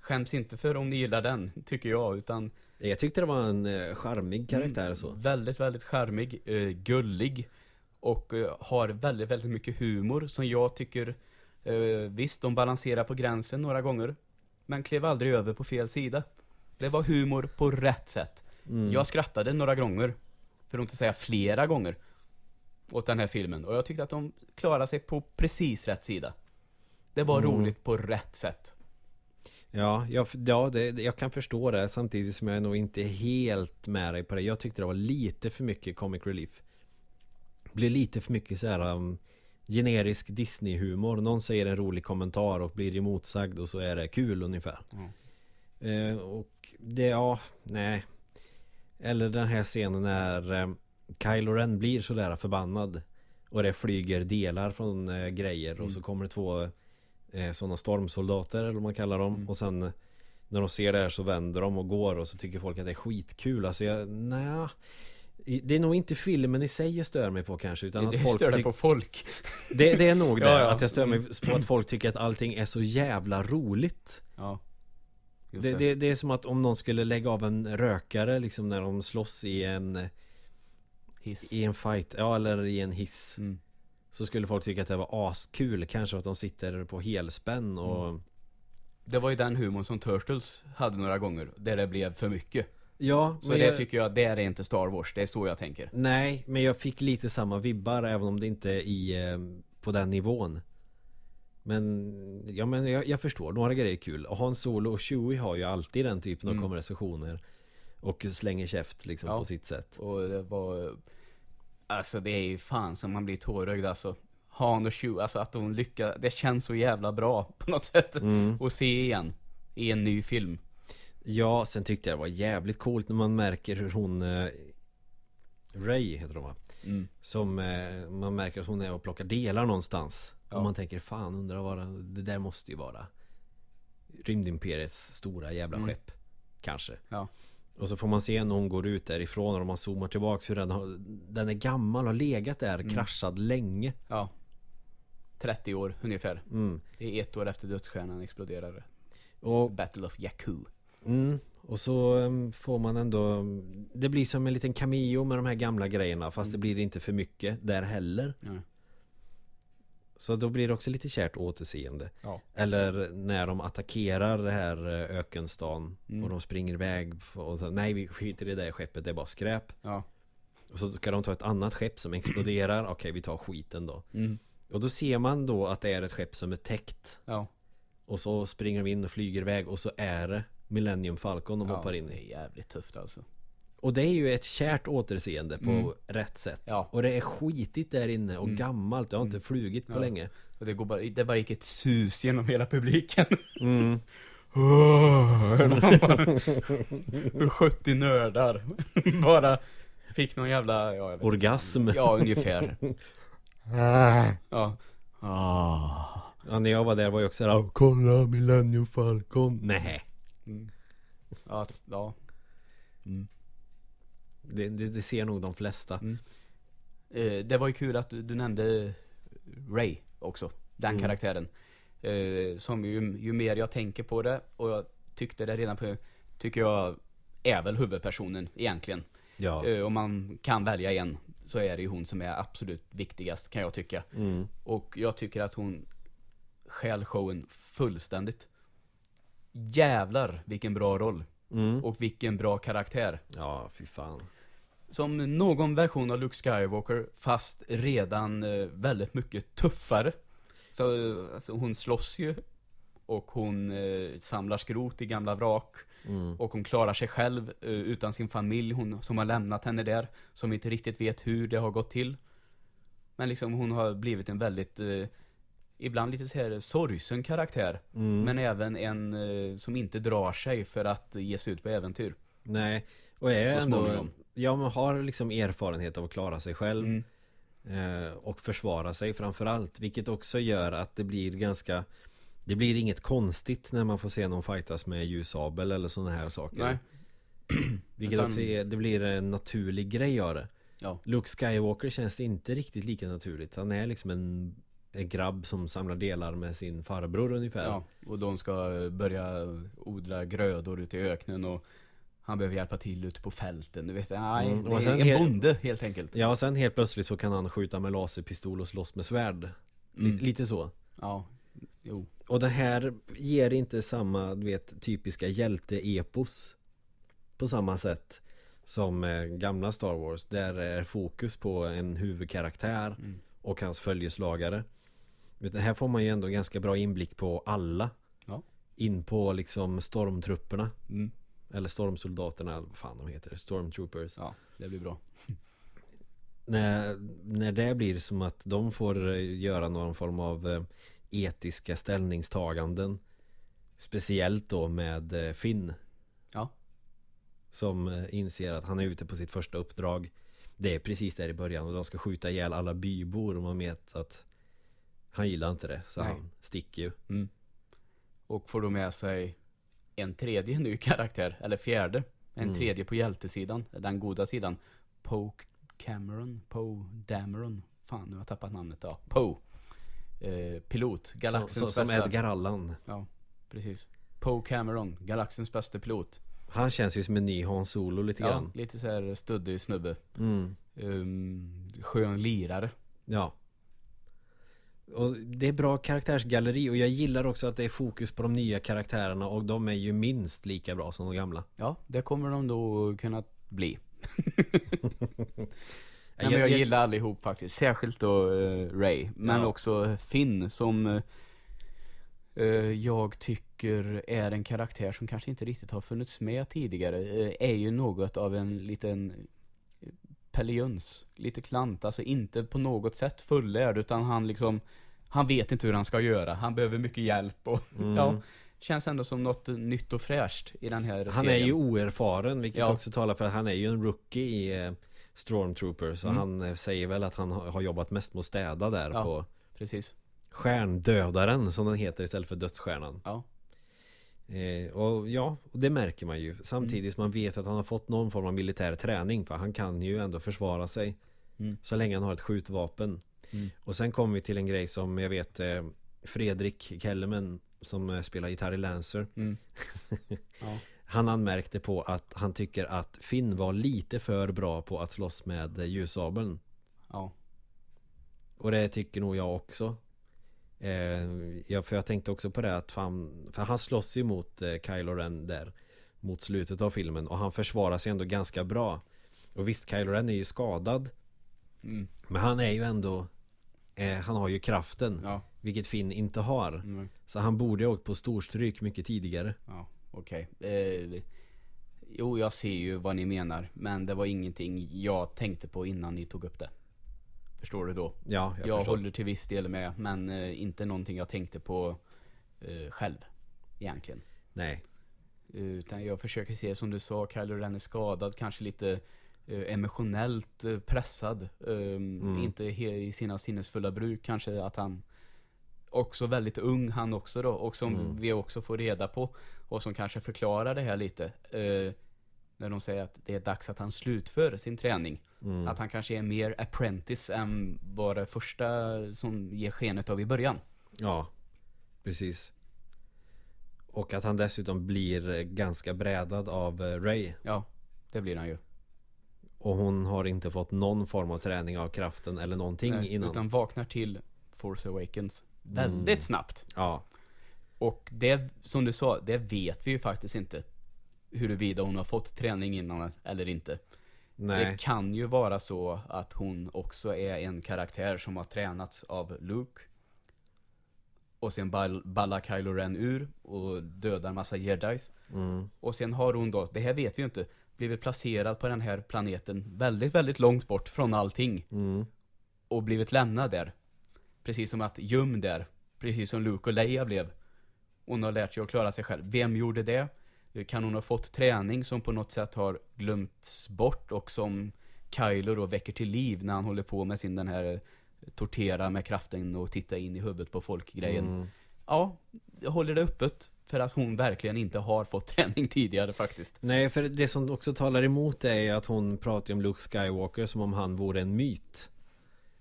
Speaker 1: Skäms inte för om ni gillar den, tycker jag, utan
Speaker 2: Jag tyckte det var en eh, charmig karaktär
Speaker 1: Mm,
Speaker 2: så.
Speaker 1: Väldigt, väldigt charmig, eh, gullig och eh, har väldigt, väldigt mycket humor som jag tycker eh, Visst, de balanserar på gränsen några gånger men klev aldrig över på fel sida. Det var humor på rätt sätt.
Speaker 2: Mm.
Speaker 1: Jag skrattade några gånger, för att inte säga flera gånger, åt den här filmen och jag tyckte att de klarade sig på precis rätt sida. Det var
Speaker 2: Mm.
Speaker 1: roligt på rätt sätt.
Speaker 2: Ja, jag, ja det, det- jag kan förstå det samtidigt som jag är nog inte helt med dig på det. Jag tyckte det var lite för mycket comic relief. Blir lite för mycket så här um, generisk Disney-humor. Någon säger en rolig kommentar och blir emotsagd och så är det kul ungefär. Eh, och det, ja, nej. Eller den här scenen när eh, Kylo Ren blir sådär förbannad. Och det flyger delar från eh, grejer och så kommer det två eh, sådana stormsoldater eller vad man kallar dem. Och sen eh, när de ser det här så vänder de och går och så tycker folk att det är skitkul. Alltså jag, nej. Det är nog inte filmen i sig jag stör mig på kanske utan
Speaker 1: det
Speaker 2: att folk
Speaker 1: stör det
Speaker 2: tyck-
Speaker 1: på folk.
Speaker 2: det, det är nog det
Speaker 1: Ja, ja. Mm.
Speaker 2: att jag stör mig på att folk tycker att allting är så jävla roligt
Speaker 1: Ja. Just
Speaker 2: det, det, det är som att om någon skulle lägga av en rökare liksom när de slåss i en,
Speaker 1: Hiss.
Speaker 2: i en fight, ja eller i en hiss
Speaker 1: Mm.
Speaker 2: Så skulle folk tycka att det var askul kanske att de sitter på helspänn och
Speaker 1: Mm. Det var ju den humorn som Turtles hade några gånger, där det blev för mycket.
Speaker 2: Ja,
Speaker 1: Så
Speaker 2: men
Speaker 1: det
Speaker 2: jag,
Speaker 1: tycker jag, det är inte Star Wars, det är så jag tänker.
Speaker 2: Nej, men jag fick lite samma vibbar även om det inte är i, eh, på den nivån Men, ja men jag, jag förstår, några grejer är kul och Han Solo och Chewie har ju alltid den typen av
Speaker 1: Mm.
Speaker 2: konversationer Och slänger käft liksom
Speaker 1: Ja.
Speaker 2: på sitt sätt
Speaker 1: Och det var... Alltså det är ju fan som man blir tårögd alltså. Han och Chewie, alltså att de lyckas, det känns så jävla bra på något sätt.
Speaker 2: Mm.
Speaker 1: Att se igen. I en ny film.
Speaker 2: Ja, sen tyckte jag det var jävligt coolt när man märker hur hon eh, Ray heter hon va?
Speaker 1: Mm.
Speaker 2: Som eh, man märker att hon är och plockar delar någonstans Och man tänker fan undrar vad det, det där måste ju vara Rymdimperiets stora jävla
Speaker 1: Mm.
Speaker 2: skepp Kanske
Speaker 1: Ja.
Speaker 2: Och så får man se när hon går ut därifrån och om man zoomar tillbaks hur den, har, den är gammal och har legat där kraschad länge
Speaker 1: Ja. 30 år ungefär.
Speaker 2: mm.
Speaker 1: Det är ett år efter dödsstjärnan exploderade.
Speaker 2: Och
Speaker 1: Battle of Jakku.
Speaker 2: Mm. Och så em, får man ändå em, Det blir som en liten cameo med de här gamla grejerna fast det blir inte för mycket där heller
Speaker 1: Nej.
Speaker 2: Så då blir det också lite kärt återseende
Speaker 1: Ja.
Speaker 2: Eller när de attackerar det här eh, ökenstan
Speaker 1: Mm.
Speaker 2: och de springer iväg och så, Nej vi skiter i det där skeppet, det är bara skräp
Speaker 1: Ja.
Speaker 2: Och så ska de ta ett annat skepp som exploderar Okej vi tar skiten då
Speaker 1: Mm.
Speaker 2: Och då ser man då att det är ett skepp som är täckt
Speaker 1: Ja.
Speaker 2: Och så springer de in och flyger iväg och så är det Millennium Falcon de
Speaker 1: ja.
Speaker 2: hoppar in i
Speaker 1: Det är jävligt tufft alltså.
Speaker 2: Och det är ju ett kärt återseende på
Speaker 1: Mm.
Speaker 2: rätt sätt.
Speaker 1: Ja.
Speaker 2: Och det är skitigt där inne och
Speaker 1: Mm.
Speaker 2: gammalt. Det har inte flugit på
Speaker 1: Ja.
Speaker 2: länge.
Speaker 1: Och det, går bara, det bara gick ett sus genom hela publiken.
Speaker 2: Mm.
Speaker 1: Hörde man 70 nördar bara fick någon jävla, ja, jag vet,
Speaker 2: Orgasm. Ja.
Speaker 1: ja ungefär. Ja. Ah.
Speaker 2: när jag var där var jag också såhär Kolla Millennium Falcon. Nej.
Speaker 1: Ja, att- ja.
Speaker 2: Det, det, det ser nog de flesta.
Speaker 1: Mm. Eh, Det var ju kul att du, du nämnde Ray också, den
Speaker 2: Mm.
Speaker 1: karaktären. Eh, Som ju, ju mer jag tänker på det, och jag tyckte det redan på, tycker jag är väl huvudpersonen egentligen.
Speaker 2: Ja.
Speaker 1: Eh, Om man Eh, kan välja en. så är det ju hon som är absolut viktigast kan jag tycka.
Speaker 2: Mm.
Speaker 1: Och jag tycker att hon stjäl showen fullständigt. Jävlar vilken bra roll.
Speaker 2: Mm.
Speaker 1: Och vilken bra karaktär.
Speaker 2: Ja, fy fan.
Speaker 1: Som någon version av Luke Skywalker fast redan eh, väldigt mycket tuffare. Så eh, alltså, hon slåss ju. Och hon eh, samlar skrot i gamla vrak.
Speaker 2: Mm.
Speaker 1: Och hon klarar sig själv eh, utan sin familj hon, som har lämnat henne där. Som inte riktigt vet hur det har gått till. Men liksom hon har blivit en väldigt, eh, ibland lite så här sorgsen karaktär.
Speaker 2: Mm.
Speaker 1: Men även en eh, som inte drar sig för att ge sig ut på äventyr.
Speaker 2: Nej, och är
Speaker 1: Så
Speaker 2: ändå...
Speaker 1: småningom.
Speaker 2: Ja, man har liksom erfarenhet av att klara sig själv.
Speaker 1: Mm.
Speaker 2: Eh, och försvara sig framförallt. Vilket också gör att det blir ganska Det blir inget konstigt när man får se någon fightas med ljusabel eller sådana här saker.
Speaker 1: Nej.
Speaker 2: vilket
Speaker 1: utan-
Speaker 2: också är, det blir en naturlig grej av det.
Speaker 1: Ja.
Speaker 2: Luke Skywalker känns det inte riktigt lika naturligt. Han är liksom en, en grabb som samlar delar med sin farbror ungefär.
Speaker 1: Ja, och de ska eh, börja odla grödor ute i öknen och han behöver hjälpa till ute på fälten. Du vet, nej,
Speaker 2: Mm, och
Speaker 1: det
Speaker 2: sen
Speaker 1: är en
Speaker 2: he-
Speaker 1: bonde helt enkelt.
Speaker 2: Ja, och sen helt plötsligt så kan han skjuta med laserpistol och slåss med svärd.
Speaker 1: Mm.
Speaker 2: Lite, lite så.
Speaker 1: Ja, jo.
Speaker 2: Och det här ger inte samma, du vet, typiska hjälte-epos På samma sätt som eh, gamla Star Wars Där är fokus på en huvudkaraktär
Speaker 1: Mm.
Speaker 2: och hans följeslagare Men det här får man ju ändå ganska bra inblick på alla
Speaker 1: Ja.
Speaker 2: In på liksom stormtrupperna
Speaker 1: Mm.
Speaker 2: Eller stormsoldaterna, vad fan de heter, stormtroopers
Speaker 1: Ja, det blir bra.
Speaker 2: när, när det blir som att de får eh, göra någon form av eh, etiska ställningstaganden Speciellt då med eh, Finn
Speaker 1: Ja.
Speaker 2: Som eh, inser att han är ute på sitt första uppdrag Det är precis där i början och de ska skjuta ihjäl alla bybor och man vet att Han gillar inte det så
Speaker 1: Nej.
Speaker 2: han sticker ju
Speaker 1: Och får då med sig en tredje ny karaktär, eller fjärde. En
Speaker 2: Mm.
Speaker 1: tredje på hjältesidan, den goda sidan. Poe Cameron, Poe Dameron. Fan, nu har jag tappat namnet. Ja, Poe. Eh, pilot, galaxens
Speaker 2: så, så, Som
Speaker 1: bästa.
Speaker 2: Edgar Allan
Speaker 1: Precis. Poe Cameron, galaxens bästa pilot.
Speaker 2: Han känns ju som en ny Hans Solo lite
Speaker 1: Ja,
Speaker 2: grann
Speaker 1: lite så här stöddig snubbe.
Speaker 2: mm.
Speaker 1: Um, skön lirare.
Speaker 2: Ja. Och det är bra karaktärsgalleri och jag gillar också att det är fokus på de nya karaktärerna och de är ju minst lika bra som de gamla.
Speaker 1: Ja, det kommer de då kunna bli. Nej,
Speaker 2: Jag-
Speaker 1: men jag
Speaker 2: jag-
Speaker 1: gillar allihop faktiskt. Särskilt då eh, Ray. Men
Speaker 2: Ja.
Speaker 1: också Finn som eh, eh, jag tycker är en karaktär som kanske inte riktigt har funnits med tidigare. Eh, är ju något av en liten pellejöns. Lite klant. Alltså inte på något sätt fullärd utan han liksom han vet inte hur han ska göra. Han behöver mycket hjälp och
Speaker 2: Mm.
Speaker 1: ja, känns ändå som något nytt och fräscht i den här
Speaker 2: Han är
Speaker 1: serien.
Speaker 2: ju oerfaren vilket
Speaker 1: Ja.
Speaker 2: också talar för att han är ju en rookie i eh, Stormtrooper så
Speaker 1: Mm.
Speaker 2: han eh, säger väl att han har har jobbat mest med att städa där
Speaker 1: Ja.
Speaker 2: på
Speaker 1: Precis.
Speaker 2: Stjärndödaren som den heter istället för Dödsstjärnan.
Speaker 1: Ja.
Speaker 2: Eh, och ja, och det märker man ju. Samtidigt som man vet att han har fått någon form av militär träning för han kan ju ändå försvara sig.
Speaker 1: Mm.
Speaker 2: Så länge han har ett skjutvapen.
Speaker 1: Mm.
Speaker 2: Och sen kommer vi till en grej som jag vet eh, Fredrik Kellerman som eh, spelar gitarr i Lancer.
Speaker 1: Mm. ja.
Speaker 2: Han anmärkte på att han tycker att Finn var lite för bra på att slåss med eh, ljussabeln.
Speaker 1: Ja.
Speaker 2: Och det tycker nog jag också. Eh, ja, för jag tänkte också på det att han, för han slåss ju mot eh, Kylo Ren där mot slutet av filmen och han försvarar sig ändå ganska bra. Och visst, Kylo Ren är ju skadad
Speaker 1: Mm.
Speaker 2: men han är ju ändå eh, Han har ju kraften
Speaker 1: Ja.
Speaker 2: Vilket Finn inte har
Speaker 1: Mm.
Speaker 2: Så han borde ha åkt på storstryk mycket tidigare
Speaker 1: Ja, okej. Eh, jo, jag ser ju vad ni menar. Men det var ingenting jag tänkte på innan ni tog upp det. Förstår du då?
Speaker 2: Ja, jag,
Speaker 1: Jag,
Speaker 2: förstår
Speaker 1: håller till viss del med, men eh, inte någonting jag tänkte på eh, själv. Egentligen.
Speaker 2: Nej
Speaker 1: Utan jag försöker se, som du sa, Kylo Ren är skadad, kanske lite eh, emotionellt eh, pressad. Ehm,
Speaker 2: Mm.
Speaker 1: Inte he- i sina sinnesfulla bruk kanske att han också väldigt ung han också då och som
Speaker 2: Mm.
Speaker 1: vi också får reda på och som kanske förklarar det här lite. eh, när de säger att det är dags att han slutför sin träning.
Speaker 2: mm.
Speaker 1: Att han kanske är mer apprentice än bara det första som ger skenet av i början.
Speaker 2: Ja Precis Och att han dessutom blir eh, ganska brädad av eh, Ray
Speaker 1: Ja, det blir han ju.
Speaker 2: Och hon har inte fått någon form av träning av kraften eller någonting
Speaker 1: Nej,
Speaker 2: innan Mm.
Speaker 1: Utan vaknar till Force Awakens väldigt snabbt.
Speaker 2: Ja,
Speaker 1: Och det, som du sa, det vet vi ju faktiskt inte. Huruvida hon har fått träning innan eller inte. Det
Speaker 2: nej
Speaker 1: kan ju vara så att hon också är en karaktär som har tränats av Luke. Och sen ball, ballar Kylo Ren ur och dödar en massa jedis.
Speaker 2: mm.
Speaker 1: Och sen har hon då, det här vet vi ju inte, blivit placerad på den här planeten väldigt, väldigt långt bort från allting.
Speaker 2: Mm.
Speaker 1: Och blivit lämnad där. Precis som att gömd där. Precis som Luke och Leia blev. Hon har lärt sig att klara sig själv. Vem gjorde det? Kan hon ha fått träning som på något sätt har glömts bort och som Kylo då väcker till liv när han håller på med sin den här tortera med kraften och titta in i huvudet på folk grejen.
Speaker 2: Mm.
Speaker 1: Ja, jag håller det öppet. För att hon verkligen inte har fått träning tidigare faktiskt.
Speaker 2: Nej, för det som också talar emot det är att hon pratar ju om Luke Skywalker som om han vore en myt.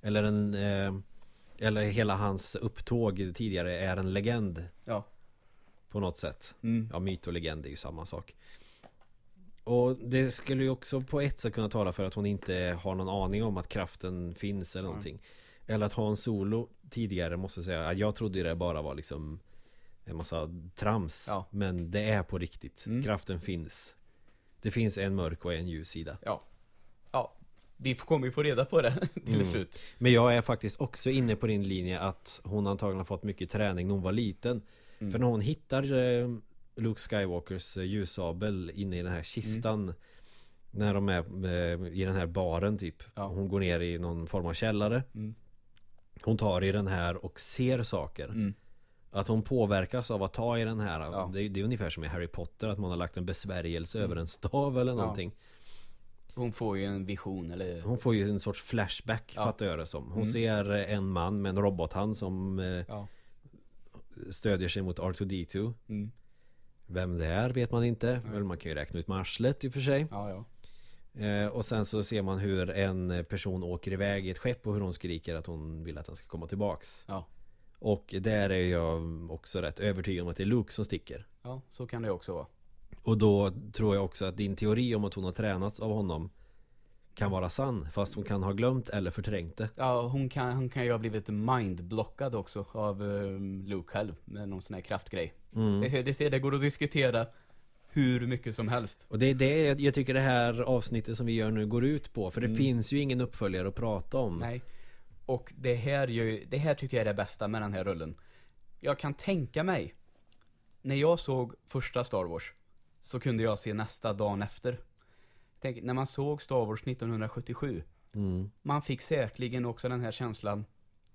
Speaker 2: Eller en... Eh, eller hela hans upptåg tidigare är en legend
Speaker 1: Ja.
Speaker 2: på något sätt.
Speaker 1: Mm.
Speaker 2: Ja, myt och legend är ju samma sak. Och det skulle ju också på ett sätt kunna tala för att hon inte har någon aning om att kraften finns eller någonting. Eller att Han Solo tidigare måste säga att jag trodde det bara var liksom en massa trams.
Speaker 1: Ja.
Speaker 2: Men det är på riktigt.
Speaker 1: Mm.
Speaker 2: Kraften finns. Det finns en mörk och en ljus sida.
Speaker 1: Ja. Ja. Vi kommer ju få reda på det till
Speaker 2: Mm.
Speaker 1: slut.
Speaker 2: Men jag är faktiskt också inne på din linje att hon antagligen har fått mycket träning när hon var liten.
Speaker 1: Mm.
Speaker 2: För när hon hittar eh, Luke Skywalkers eh, ljussabel inne i den här kistan
Speaker 1: Mm.
Speaker 2: När de är eh, i den här baren typ
Speaker 1: Ja.
Speaker 2: Hon går ner i någon form av källare
Speaker 1: Mm.
Speaker 2: Hon tar i den här och ser saker
Speaker 1: Mm.
Speaker 2: Att hon påverkas av att ta i den här
Speaker 1: Ja. Mm.
Speaker 2: det, är, det är ungefär som i Harry Potter Att man har lagt en besvärjelse över en stav eller någonting
Speaker 1: Hon får ju en vision eller...
Speaker 2: Hon får ju en sorts flashback
Speaker 1: Ja.
Speaker 2: fattar jag det som Hon
Speaker 1: Mm.
Speaker 2: ser eh, en man med en robothand som eh,
Speaker 1: Ja.
Speaker 2: stödjer sig mot R2D2
Speaker 1: Mm.
Speaker 2: Vem det är vet man inte.
Speaker 1: Nej.
Speaker 2: Men man kan ju räkna ut med arslet i och för sig.
Speaker 1: Ja, ja.
Speaker 2: Eh, och sen så ser man hur en eh, person åker iväg i ett skepp och hur hon skriker att hon vill att han ska komma tillbaks.
Speaker 1: Ja.
Speaker 2: Och där är jag också rätt övertygad om att det är Luke som sticker.
Speaker 1: Ja, så kan det också vara.
Speaker 2: Och då tror jag också att din teori om att hon har tränats av honom kan vara sann. Fast hon kan ha glömt eller förträngt det.
Speaker 1: Ja, hon kan, hon kan ju ha blivit mindblockad också av um, Luke själv med någon sån här kraftgrej.
Speaker 2: Mm.
Speaker 1: Det, ser- det, ser, det går att diskutera hur mycket som helst.
Speaker 2: Och det är det jag- jag tycker det här avsnittet som vi gör nu går ut på. För det finns ju ingen uppföljare att prata om.
Speaker 1: Mm. Nej. Och det här, gör ju, det här tycker jag är det bästa med den här rullen. Jag kan tänka mig, när jag såg första Star Wars, så kunde jag se nästa dagen efter. Tänk, när man såg Star Wars 1977,
Speaker 2: Mm.
Speaker 1: man fick säkerligen också den här känslan,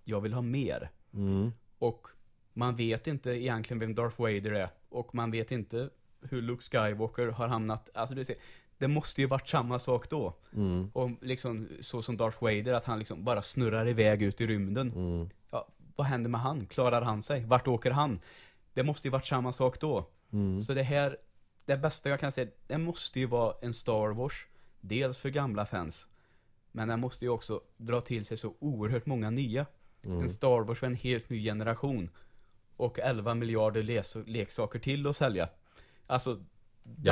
Speaker 1: jag vill ha mer.
Speaker 2: Mm.
Speaker 1: Och man vet inte egentligen vem Darth Vader är. Och man vet inte hur Luke Skywalker har hamnat. Alltså du ser, det måste ju varit samma sak då.
Speaker 2: Mm.
Speaker 1: Och liksom så som Darth Vader, att han liksom bara snurrar iväg ut i rymden.
Speaker 2: Mm.
Speaker 1: Ja, vad händer med han? Klarar han sig? Vart åker han? Det måste ju varit samma sak då.
Speaker 2: Mm.
Speaker 1: Så det här, det bästa jag kan säga, det måste ju vara en Star Wars. Dels för gamla fans. Men den måste ju också dra till sig så oerhört många nya.
Speaker 2: Mm.
Speaker 1: En Star Wars för en helt ny generation. Och 11 miljarder les- leksaker till att sälja. Alltså, den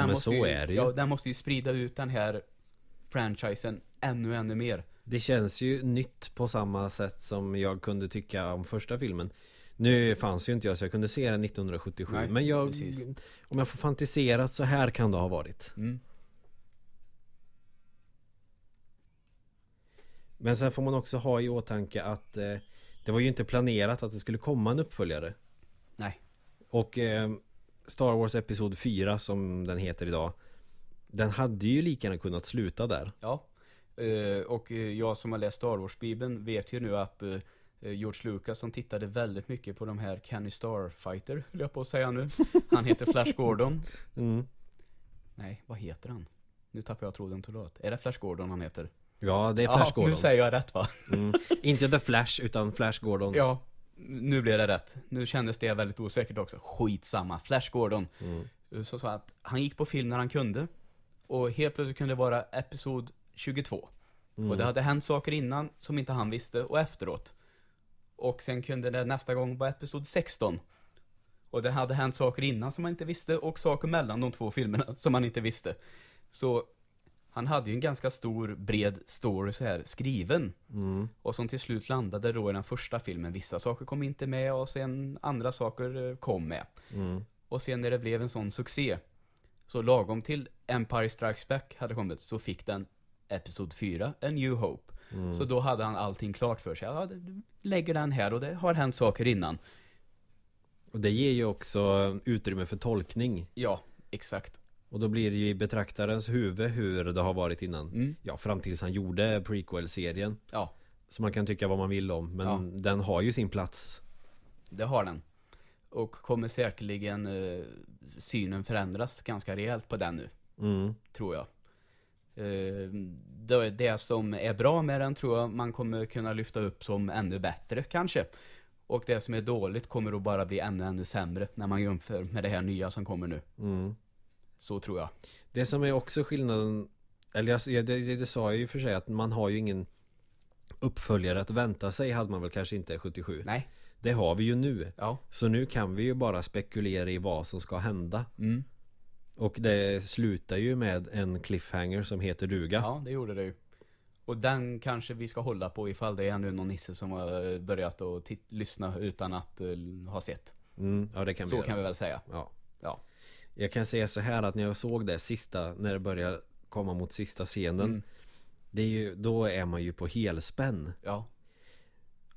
Speaker 2: men
Speaker 1: måste
Speaker 2: så
Speaker 1: ju,
Speaker 2: är det ju.
Speaker 1: Ja, den måste ju sprida ut den här franchisen ännu, ännu mer.
Speaker 2: Det känns ju nytt på samma sätt som jag kunde tycka om första filmen Nu fanns ju inte jag så jag kunde se den 1977
Speaker 1: Nej,
Speaker 2: Men jag,
Speaker 1: precis.
Speaker 2: om jag får fantisera så här kan det ha varit
Speaker 1: Mm.
Speaker 2: Men sen får man också ha i åtanke att eh, Det var ju inte planerat att det skulle komma en uppföljare
Speaker 1: Nej.
Speaker 2: Och eh, Star Wars Episod 4 som den heter idag Den hade ju lika gärna kunnat sluta där
Speaker 1: Ja. Eh, och eh, jag som har läst Star Wars-bibeln vet ju nu att eh, George Lucas han tittade väldigt mycket på de här Kenny Starfighter, höll jag på att säga nu. Han heter Flash Gordon.
Speaker 2: mm.
Speaker 1: Nej, vad heter han? Nu tappar jag tråden totalt. Är det Flash Gordon han heter?
Speaker 2: Ja det är Flash
Speaker 1: Ja, nu
Speaker 2: Gordon
Speaker 1: säger jag rätt va?
Speaker 2: mm. Inte The Flash utan Flash Gordon
Speaker 1: Ja, nu blev det rätt. Nu kändes det väldigt osäkert också. Skitsamma. Flash Gordon.
Speaker 2: Mm.
Speaker 1: Så sa han att han gick på film när han kunde. Och helt plötsligt kunde det vara episod 22.
Speaker 2: Mm.
Speaker 1: Och det hade hänt saker innan som inte han visste och efteråt. Och sen kunde det nästa gång vara episod 16. Och det hade hänt saker innan som han inte visste och saker mellan de två filmerna som han inte visste. Så Han hade ju en ganska stor, bred story så här skriven.
Speaker 2: Mm.
Speaker 1: Och som till slut landade då i den första filmen. Vissa saker kom inte med och sen andra saker eh, kom med.
Speaker 2: Mm.
Speaker 1: Och sen när det blev en sån succé, så lagom till Empire Strikes Back hade kommit, så fick den Episod 4, A New Hope.
Speaker 2: Mm.
Speaker 1: Så då hade han allting klart för sig. Ja, du lägger den här och det har hänt saker innan.
Speaker 2: Och det ger ju också utrymme för tolkning
Speaker 1: Ja, exakt.
Speaker 2: Och då blir det ju i betraktarens huvud hur det har varit innan
Speaker 1: Mm.
Speaker 2: Ja, fram tills han gjorde prequel-serien
Speaker 1: Ja,
Speaker 2: Så man kan tycka vad man vill om Men
Speaker 1: Ja.
Speaker 2: den har ju sin plats
Speaker 1: det har den. Och kommer säkerligen eh, synen förändras ganska rejält på den nu.
Speaker 2: mm.
Speaker 1: tror jag. Eh, Det, det som är bra med den tror jag man kommer kunna lyfta upp som ännu bättre kanske. Och det som är dåligt kommer att bara bli ännu, ännu sämre när man jämför med det här nya som kommer nu.
Speaker 2: Mm.
Speaker 1: Så tror jag.
Speaker 2: Det som är också skillnaden Eller jag, jag- det, det, det sa jag ju för sig att man har ju ingen Uppföljare att vänta sig hade man väl kanske inte 77
Speaker 1: Nej,
Speaker 2: Det har vi ju nu
Speaker 1: ja.
Speaker 2: Så nu kan vi ju bara spekulera i vad som ska hända
Speaker 1: Mm.
Speaker 2: Och det slutar ju med en cliffhanger som heter duga
Speaker 1: Ja, det gjorde det ju. Och den kanske vi ska hålla på ifall det är ännu någon nisse som har börjat att tit- lyssna utan att eh, ha sett.
Speaker 2: mm, Ja det kan vi
Speaker 1: Så
Speaker 2: göra.
Speaker 1: kan vi väl säga.
Speaker 2: Ja.
Speaker 1: Ja.
Speaker 2: Jag kan säga så här att när jag såg det sista, när det börjar komma mot sista scenen
Speaker 1: Mm.
Speaker 2: det är ju, Då är man ju på helspänn
Speaker 1: Ja,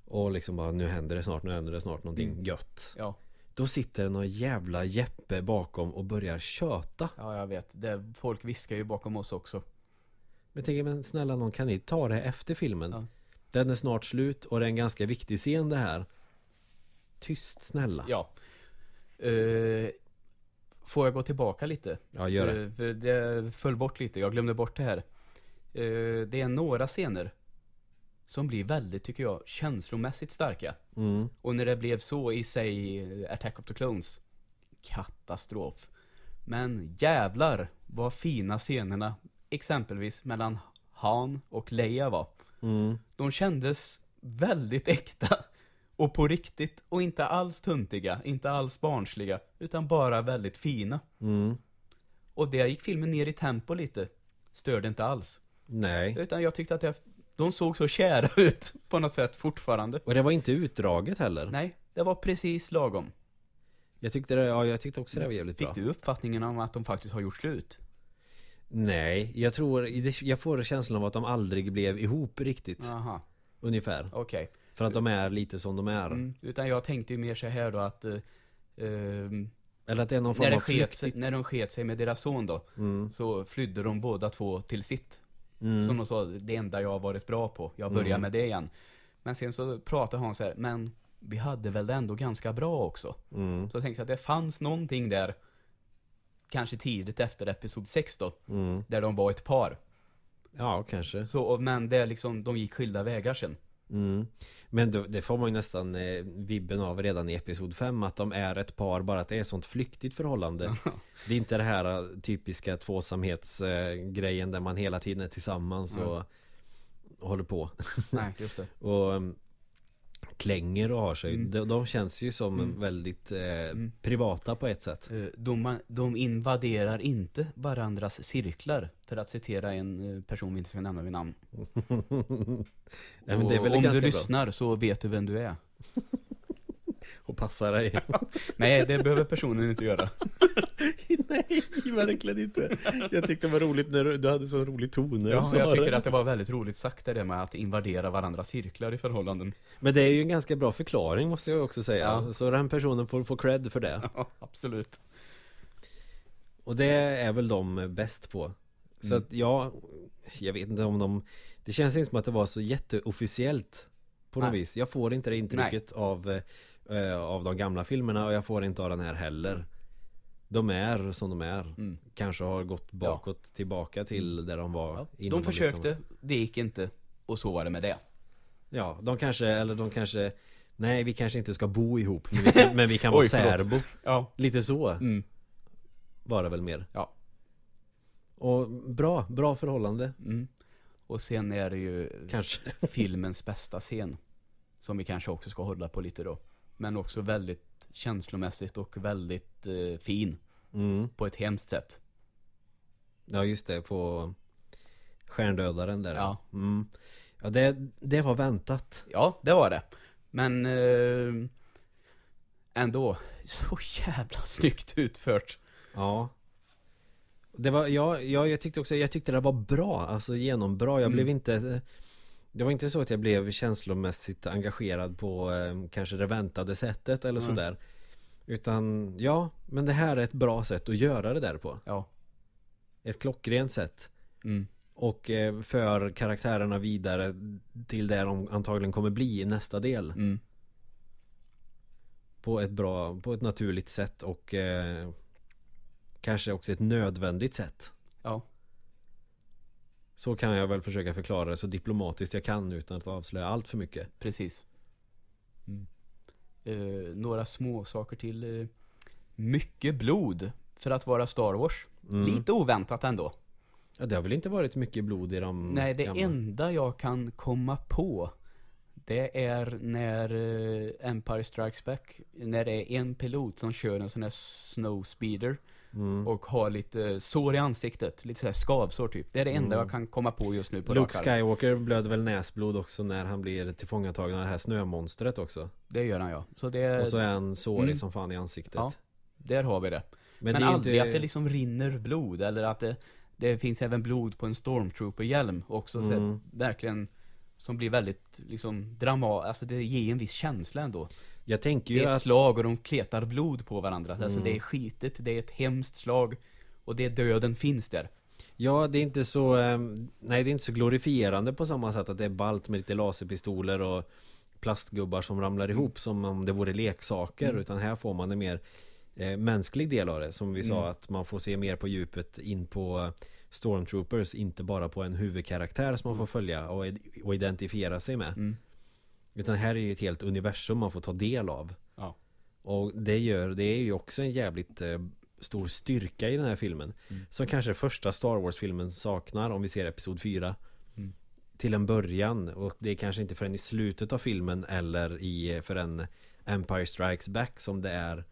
Speaker 2: Och liksom bara nu händer det snart, nu händer det snart någonting
Speaker 1: Mm.
Speaker 2: gött
Speaker 1: ja,
Speaker 2: Då sitter det någon jävla Jeppe bakom och börjar köta
Speaker 1: ja, jag vet. Det, folk viskar ju bakom oss också.
Speaker 2: Men jag tänker men snälla någon kan ni ta det här efter filmen?
Speaker 1: Ja.
Speaker 2: Den är snart slut och det är en ganska viktig scen det här Tyst snälla
Speaker 1: Ja. Eh, får jag gå tillbaka lite?
Speaker 2: Ja, gör det
Speaker 1: Eh, för det föll bort lite, jag glömde bort det här. Eh, det är några scener som blir väldigt, tycker jag, känslomässigt starka.
Speaker 2: mm.
Speaker 1: Och när det blev så i sig eh, Attack of the Clones, katastrof. Men jävlar vad fina scenerna, exempelvis mellan Han och Leia var.
Speaker 2: Mm.
Speaker 1: De kändes väldigt äkta och på riktigt och inte alls tuntiga, inte alls barnsliga, utan bara väldigt fina.
Speaker 2: Mm.
Speaker 1: Och där gick filmen ner i tempo lite. Störde inte alls.
Speaker 2: Nej
Speaker 1: Utan jag tyckte att jag, de såg så kära ut på något sätt fortfarande.
Speaker 2: Och det var inte utdraget heller
Speaker 1: Nej, det var precis lagom.
Speaker 2: Jag tyckte, det, ja, jag tyckte också det var jävligt bra
Speaker 1: Fick du uppfattningen om att de faktiskt har gjort slut?
Speaker 2: Nej, jag tror, det- jag får känslan av att de aldrig blev ihop riktigt
Speaker 1: Aha,
Speaker 2: Ungefär
Speaker 1: okej.
Speaker 2: För att de är lite som de är
Speaker 1: Mm, utan jag tänkte ju mer så här då att eh, ehm,
Speaker 2: Eller att det är någon
Speaker 1: när,
Speaker 2: form
Speaker 1: det
Speaker 2: av
Speaker 1: sket,
Speaker 2: flyktigt
Speaker 1: sig- när de sket sig med deras son då,
Speaker 2: mm.
Speaker 1: så flydde de båda två till sitt
Speaker 2: Mm.
Speaker 1: Som de sa, det enda jag har varit bra på. Jag börjar
Speaker 2: Mm.
Speaker 1: med det igen. Men sen så pratade han så här, men vi hade väl det ändå ganska bra också.
Speaker 2: Mm.
Speaker 1: Så jag tänkte att det fanns någonting där, kanske tidigt efter episod 6 då,
Speaker 2: Mm.
Speaker 1: där de var ett par.
Speaker 2: Ja, kanske
Speaker 1: Så, och- men det är liksom, de gick skilda vägar sen.
Speaker 2: mm. Men då, det får man ju nästan eh, vibben av redan i episod 5 Att de är ett par, bara att det är ett sånt flyktigt förhållande Det är inte det här eh, typiska tvåsamhetsgrejen där man hela tiden är tillsammans och, och håller på
Speaker 1: Nej, just det.
Speaker 2: och um, klänger och har sig.
Speaker 1: Mm.
Speaker 2: De, de känns ju som väldigt eh, privata på ett sätt.
Speaker 1: Eh, De, de invaderar inte varandras cirklar, för att citera en eh, person vi inte ska nämna vid namn.
Speaker 2: Nej, men det är
Speaker 1: Och
Speaker 2: väl
Speaker 1: om
Speaker 2: ganska
Speaker 1: du
Speaker 2: bra.
Speaker 1: lyssnar så vet du vem du är.
Speaker 2: Och passar dig.
Speaker 1: Nej, det behöver personen inte göra.
Speaker 2: Nej, verkligen inte. Jag tyckte det var roligt när du, du hade så rolig ton. när du
Speaker 1: Ja,
Speaker 2: sa
Speaker 1: jag tycker
Speaker 2: det.
Speaker 1: att det var väldigt roligt sagt det där med att invadera varandras cirklar i förhållanden.
Speaker 2: Men det är ju en ganska bra förklaring måste jag också säga.
Speaker 1: Ja.
Speaker 2: Så den personen får få cred för det.
Speaker 1: Ja, absolut.
Speaker 2: Och det är väl de bäst på. Så
Speaker 1: Mm.
Speaker 2: att ja, jag vet inte om de Det känns inte som att det var så jätteofficiellt På något
Speaker 1: Nej.
Speaker 2: vis Jag får inte det intrycket av eh, Av de gamla filmerna och jag får inte av den här heller De är som de är
Speaker 1: Mm.
Speaker 2: Kanske har gått bakåt tillbaka till där de liksom- var innan
Speaker 1: De
Speaker 2: blev
Speaker 1: försökte,
Speaker 2: tillsammans.
Speaker 1: det gick inte. Och så var det med det.
Speaker 2: Ja, de kanske, eller de kanske Nej vi kanske inte ska bo ihop Men vi kan, men vi kan vara
Speaker 1: Oj, förlåt.
Speaker 2: särbo
Speaker 1: Ja.
Speaker 2: Lite så
Speaker 1: Mm.
Speaker 2: var det väl mer
Speaker 1: Ja.
Speaker 2: Och bra, bra förhållande
Speaker 1: Mm. Och sen är det ju
Speaker 2: Kanske
Speaker 1: filmens bästa scen. Som vi kanske också ska hålla på lite då. Men också väldigt känslomässigt och väldigt eh, fin.
Speaker 2: mm.
Speaker 1: På ett hemskt sätt.
Speaker 2: Ja just det, på Stjärndödaren där
Speaker 1: Ja.
Speaker 2: mm. ja det, det var väntat
Speaker 1: Ja, det var det. Men eh, ändå, så jävla snyggt utfört.
Speaker 2: Ja det var, ja, ja, jag tyckte också, jag tyckte det var bra, alltså genombra Jag
Speaker 1: Mm.
Speaker 2: blev inte Det var inte så att jag blev känslomässigt engagerad på eh, kanske det väntade sättet eller
Speaker 1: Nej.
Speaker 2: sådär Utan, ja, men det här är ett bra sätt att göra det där på
Speaker 1: Ja.
Speaker 2: Ett klockrent sätt
Speaker 1: Mm.
Speaker 2: Och eh, för karaktärerna vidare till där de antagligen kommer bli i nästa del
Speaker 1: Mm.
Speaker 2: På ett bra, på ett naturligt sätt och eh, Kanske också ett nödvändigt sätt
Speaker 1: Ja.
Speaker 2: Så kan jag väl försöka förklara det så diplomatiskt jag kan utan att avslöja allt för mycket
Speaker 1: Precis. Mm. Eh, några små saker till. eh, Mycket blod för att vara Star Wars.
Speaker 2: Mm.
Speaker 1: Lite oväntat ändå.
Speaker 2: ja, Det har väl inte varit mycket blod i de
Speaker 1: Nej, det
Speaker 2: gamla-
Speaker 1: enda jag kan komma på det är när eh, Empire Strikes Back, när det är en pilot som kör en sån här snowspeeder
Speaker 2: mm.
Speaker 1: och har lite sår i ansiktet, lite så här skavsår typ. Det är det enda jag kan komma på just nu på rak
Speaker 2: Mm. Luke
Speaker 1: arm.
Speaker 2: Skywalker blöder väl näsblod också när han blir tillfångatagen av det här snömonstret också
Speaker 1: Det gör han ja. Så det,
Speaker 2: Och så är han sårig
Speaker 1: Eh, Mm.
Speaker 2: som fan i ansiktet
Speaker 1: Ja. där har vi det.
Speaker 2: Men,
Speaker 1: Men,
Speaker 2: det är
Speaker 1: aldrig
Speaker 2: inte...
Speaker 1: att det liksom rinner blod eller att det, det finns även blod på en stormtrooper-hjälm också. Så
Speaker 2: Mm.
Speaker 1: att verkligen, som blir väldigt liksom drama, alltså det ger en viss känsla ändå.
Speaker 2: Jag tänker
Speaker 1: Det
Speaker 2: ju
Speaker 1: är ett
Speaker 2: att
Speaker 1: slag och de kletar blod på varandra.
Speaker 2: Mm.
Speaker 1: Alltså det är skitet, det är ett hemskt slag och det är döden finns där.
Speaker 2: Ja, det är inte så ehm, Nej, det är inte så glorifierande på samma sätt att det är ballt med lite laserpistoler och plastgubbar som ramlar ihop som om det vore leksaker utan här får man en mer eh, mänsklig del av det som vi sa att man får se mer på djupet in på eh, Stormtroopers inte bara på en huvudkaraktär som man får följa och, id- och identifiera sig med Utan här är ju ett helt universum man får ta del av
Speaker 1: Ja.
Speaker 2: och det gör, det är ju också en jävligt eh, stor styrka i den här filmen
Speaker 1: Mm.
Speaker 2: Som kanske första Star Wars-filmen saknar om vi ser Episod 4
Speaker 1: Mm.
Speaker 2: Till en början och det är kanske inte förrän i slutet av filmen eller i eh, förrän Empire Strikes Back som det är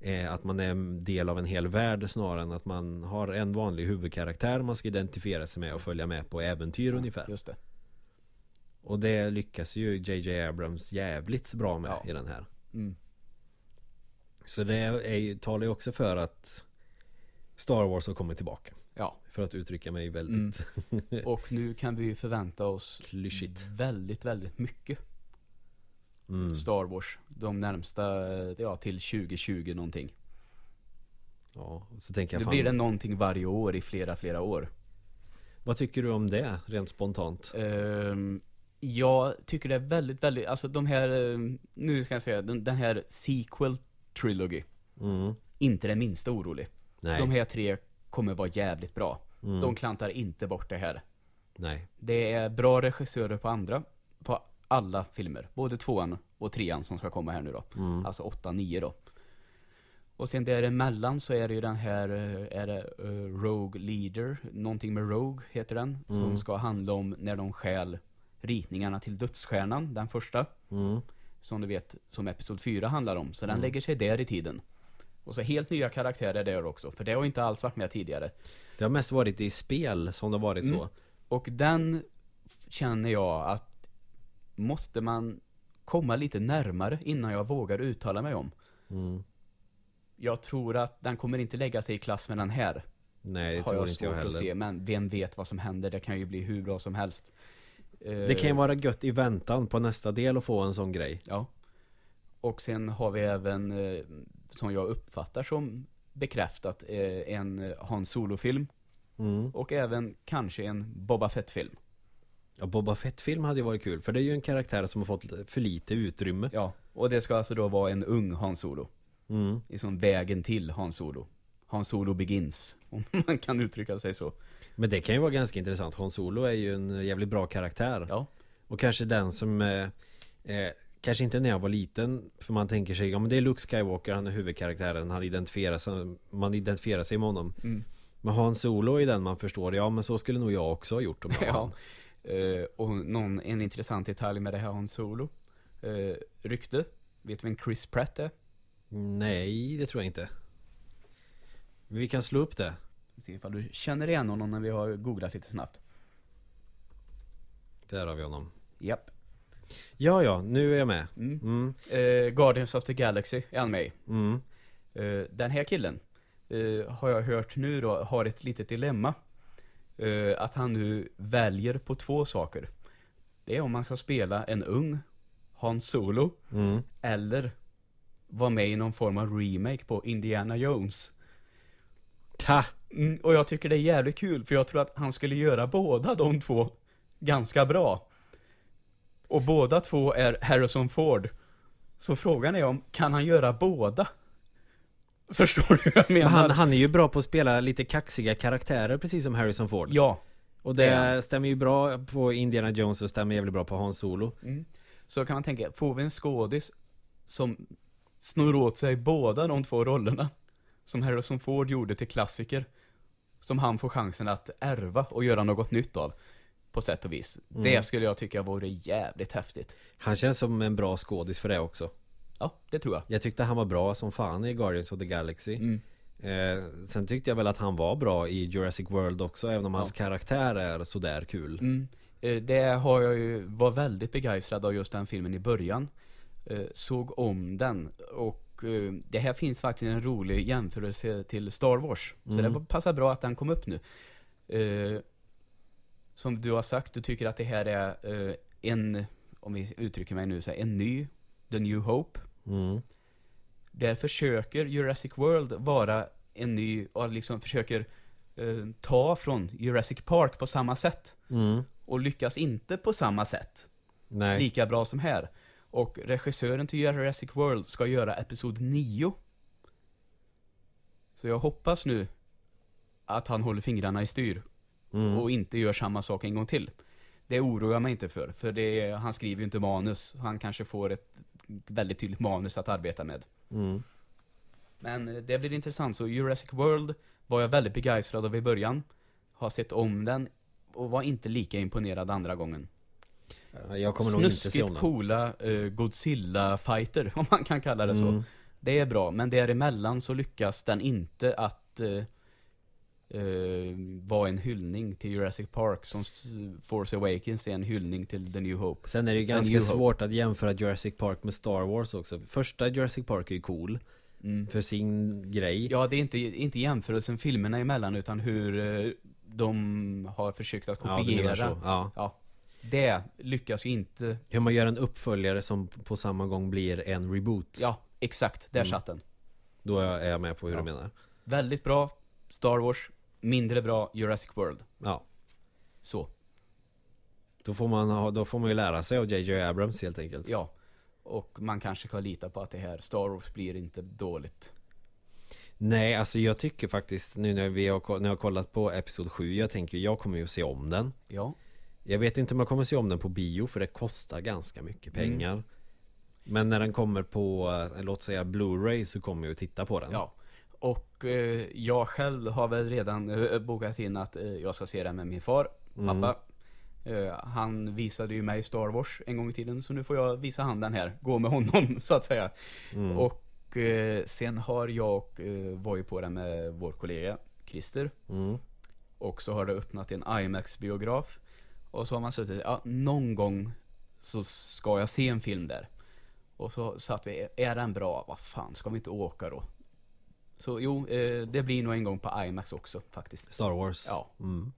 Speaker 2: eh, Att man är en del av en hel värld snarare än att man har en vanlig huvudkaraktär man ska identifiera sig med och följa med på äventyr ungefär
Speaker 1: Just det.
Speaker 2: Och det lyckas ju JJ Abrams jävligt bra med
Speaker 1: Ja.
Speaker 2: i den här
Speaker 1: Mm.
Speaker 2: Så det är ju, talar ju också för att Star Wars har kommit tillbaka.
Speaker 1: Ja.
Speaker 2: För att uttrycka mig väldigt
Speaker 1: Mm. Och nu kan vi ju förvänta oss
Speaker 2: klyschigt.
Speaker 1: väldigt, väldigt mycket
Speaker 2: Mm.
Speaker 1: Star Wars. De närmsta, ja till 2020 någonting.
Speaker 2: Ja, och så tänker jag
Speaker 1: Nu
Speaker 2: fan,
Speaker 1: blir det någonting varje år i flera, flera år.
Speaker 2: vad tycker du om det rent spontant?
Speaker 1: Ehm, jag tycker det är väldigt, väldigt, alltså de här, ehm, nu ska jag säga, den, den här sequel trilogy,
Speaker 2: Mm.
Speaker 1: inte det minsta orolig.
Speaker 2: Nej,
Speaker 1: De här tre kommer vara jävligt bra.
Speaker 2: Mm.
Speaker 1: De klantar inte bort det här.
Speaker 2: nej.
Speaker 1: Det är bra regissörer på andra, på alla filmer. Både tvåan och trean som ska komma här nu då.
Speaker 2: Mm.
Speaker 1: Alltså åtta, nio då. Och sen däremellan så är det ju den här, eh, är det eh, Rogue Leader, någonting med Rogue heter den. Som ska handla om när de stjäl ritningarna till Dödsstjärnan, den första.
Speaker 2: Mm.
Speaker 1: Som du vet, som Episod 4 handlar om. Så den lägger sig där i tiden. Och så helt nya karaktärer där också, för det har ju inte alls varit med tidigare.
Speaker 2: Det har mest varit i spel som det har varit så.
Speaker 1: Och den känner jag att måste man komma lite närmare innan jag vågar uttala mig om.
Speaker 2: Mm.
Speaker 1: Jag tror att den kommer inte lägga sig i klass med den här.
Speaker 2: Nej, det
Speaker 1: har
Speaker 2: tror
Speaker 1: jag
Speaker 2: inte
Speaker 1: svårt
Speaker 2: jag
Speaker 1: att
Speaker 2: heller.
Speaker 1: se, men vem vet vad som händer? Det kan ju bli hur bra som helst.
Speaker 2: Det
Speaker 1: eh,
Speaker 2: kan ju vara gött i väntan på nästa del att få en sån grej.
Speaker 1: Ja. Och sen har vi även, eh, som jag uppfattar som bekräftat, eh, en Han Solo-film
Speaker 2: Mm.
Speaker 1: och även kanske en Boba Fett-film.
Speaker 2: Ja, Boba Fett-film hade ju varit kul, för det är ju en karaktär som har fått för lite utrymme.
Speaker 1: Ja, och det ska alltså då vara en ung Han Solo.
Speaker 2: Mm.
Speaker 1: liksom vägen till Han Solo. Han Solo begins, om man kan uttrycka sig så.
Speaker 2: Men det kan ju vara ganska intressant. Han Solo är ju en jävligt bra karaktär.
Speaker 1: Ja,
Speaker 2: Och kanske den som eh, eh, Kanske inte när jag var liten För man tänker sig, ja men det är Luke Skywalker Han är huvudkaraktären, han identifierar sig, man identifierar sig med honom
Speaker 1: Mm.
Speaker 2: Men Han Solo är den man förstår Ja men så skulle nog jag också ha gjort om jag var
Speaker 1: ja.
Speaker 2: han.
Speaker 1: Eh, och någon, en intressant detalj med det här Han Solo. Eh, rykte. Vet du vem Chris Pratt är?
Speaker 2: Nej, det tror jag inte Men vi kan slå upp det
Speaker 1: Vi ser ifall du känner igen honom när vi har googlat lite snabbt.
Speaker 2: Där har vi honom
Speaker 1: Japp.
Speaker 2: Ja ja, nu är jag med
Speaker 1: Mm.
Speaker 2: mm,
Speaker 1: Eh, Guardians of the Galaxy är han med i.
Speaker 2: mm.
Speaker 1: Eh, Den här killen, eh, har jag hört nu då, har ett litet dilemma. Eh, Att han nu väljer på två saker. Det är om man ska spela en ung Han Solo
Speaker 2: Mm.
Speaker 1: eller vara med i någon form av remake på Indiana Jones.
Speaker 2: Ta!
Speaker 1: Mm, och jag tycker det är jävligt kul för jag tror att han skulle göra båda de två ganska bra. Och båda två är Harrison Ford. Så frågan är om, kan han göra båda? Förstår du vad jag menar?
Speaker 2: Men han, han är ju bra på att spela lite kaxiga karaktärer precis som Harrison Ford
Speaker 1: Ja.
Speaker 2: Och
Speaker 1: det
Speaker 2: det
Speaker 1: är
Speaker 2: stämmer ju bra på Indiana Jones och stämmer jävligt bra på Han Solo
Speaker 1: Mm. Så kan man tänka, får vi en skådis som snor åt sig båda de två rollerna? Som Harrison Ford gjorde till klassiker. Som han får chansen att ärva och göra något nytt av. På sätt och vis.
Speaker 2: Mm.
Speaker 1: Det skulle jag tycka vore jävligt häftigt.
Speaker 2: Han känns som en bra skådis för det också
Speaker 1: Ja, det tror jag.
Speaker 2: Jag tyckte han var bra som fan i Guardians of the Galaxy
Speaker 1: Mm.
Speaker 2: eh, Sen tyckte jag väl att han var bra i Jurassic World också även om hans karaktär är sådär kul
Speaker 1: Mm. Eh, Det har jag ju, var väldigt begeistrad av just den filmen i början. Eh, Såg om den och eh, det här finns faktiskt en rolig jämförelse till Star Wars. Så det passar bra att den kom upp nu. Eh, Som du har sagt, du tycker att det här är eh, en, om vi uttrycker mig nu så här, en ny, The New Hope.
Speaker 2: mm.
Speaker 1: Där försöker Jurassic World vara en ny, och liksom försöker eh, ta från Jurassic Park på samma sätt
Speaker 2: Mm.
Speaker 1: och lyckas inte på samma sätt,
Speaker 2: Nej
Speaker 1: lika bra som här. Och regissören till Jurassic World ska göra episod 9. Så jag hoppas nu att han håller fingrarna i styr
Speaker 2: mm.
Speaker 1: och inte gör samma sak en gång till. Det oroar jag mig inte för, för det är, han skriver ju inte manus. Han kanske får ett väldigt tydligt manus att arbeta med.
Speaker 2: Mm.
Speaker 1: Men eh, det blir intressant. Så Jurassic World var jag väldigt begeistrad av i början. Har sett om den och var inte lika imponerad andra gången.
Speaker 2: Jag kommer nog inte se om
Speaker 1: Snuskigt
Speaker 2: den
Speaker 1: coola eh, Godzilla-fighter, om man kan kalla det så.
Speaker 2: Mm.
Speaker 1: Det är bra, men däremellan så lyckas den inte att eh, eh, vara en hyllning till Jurassic Park som s- Force Awakens är en hyllning till The New Hope.
Speaker 2: Sen är det ju ganska
Speaker 1: New Hope.
Speaker 2: svårt att jämföra Jurassic Park med Star Wars också Första Jurassic Park är ju cool För sin grej
Speaker 1: Mm. Ja, det är inte, inte jämförelsen filmerna emellan, utan hur eh, de har försökt att
Speaker 2: du menar
Speaker 1: kopiera.
Speaker 2: så. Ja.
Speaker 1: ja, det lyckas ju inte
Speaker 2: Hur man gör en uppföljare som på samma gång blir en reboot
Speaker 1: Ja, exakt.
Speaker 2: Mm.
Speaker 1: Där satt den.
Speaker 2: Då är jag med på hur
Speaker 1: Ja.
Speaker 2: du menar
Speaker 1: Väldigt bra Star Wars, mindre bra Jurassic World.
Speaker 2: Ja
Speaker 1: Så,
Speaker 2: Då får man, ha- då får man ju lära sig av JJ Abrams helt enkelt
Speaker 1: ja. Och man kanske kan lita på att det här Star Wars blir inte dåligt.
Speaker 2: Nej, alltså jag tycker faktiskt nu när vi har, ko- när jag har kollat på Episod 7 Jag tänker, jag kommer ju se om den
Speaker 1: Ja.
Speaker 2: Jag vet inte om jag kommer se om den på bio för det kostar ganska mycket
Speaker 1: Mm.
Speaker 2: pengar Men när den kommer på, eh, låt säga Blu-ray så kommer jag ju titta på den
Speaker 1: Ja. Och eh, jag själv har väl redan eh, bokat in att eh, jag ska se den med min far, pappa. Eh, han visade ju mig Star Wars en gång i tiden, så nu får jag visa han den här. Gå med honom, så att säga. Och eh, sen har jag, eh, var ju på den med vår kollega Christer.
Speaker 2: Mm.
Speaker 1: Och så har det öppnat en IMAX-biograf. Och så har man suttit, ja, någon gång så ska jag se en film där. Och så satt vi, är den bra? Vad fan, ska vi inte åka då? Så jo, eh, det blir nog en gång på IMAX också faktiskt.
Speaker 2: Star Wars
Speaker 1: Ja.
Speaker 2: mm.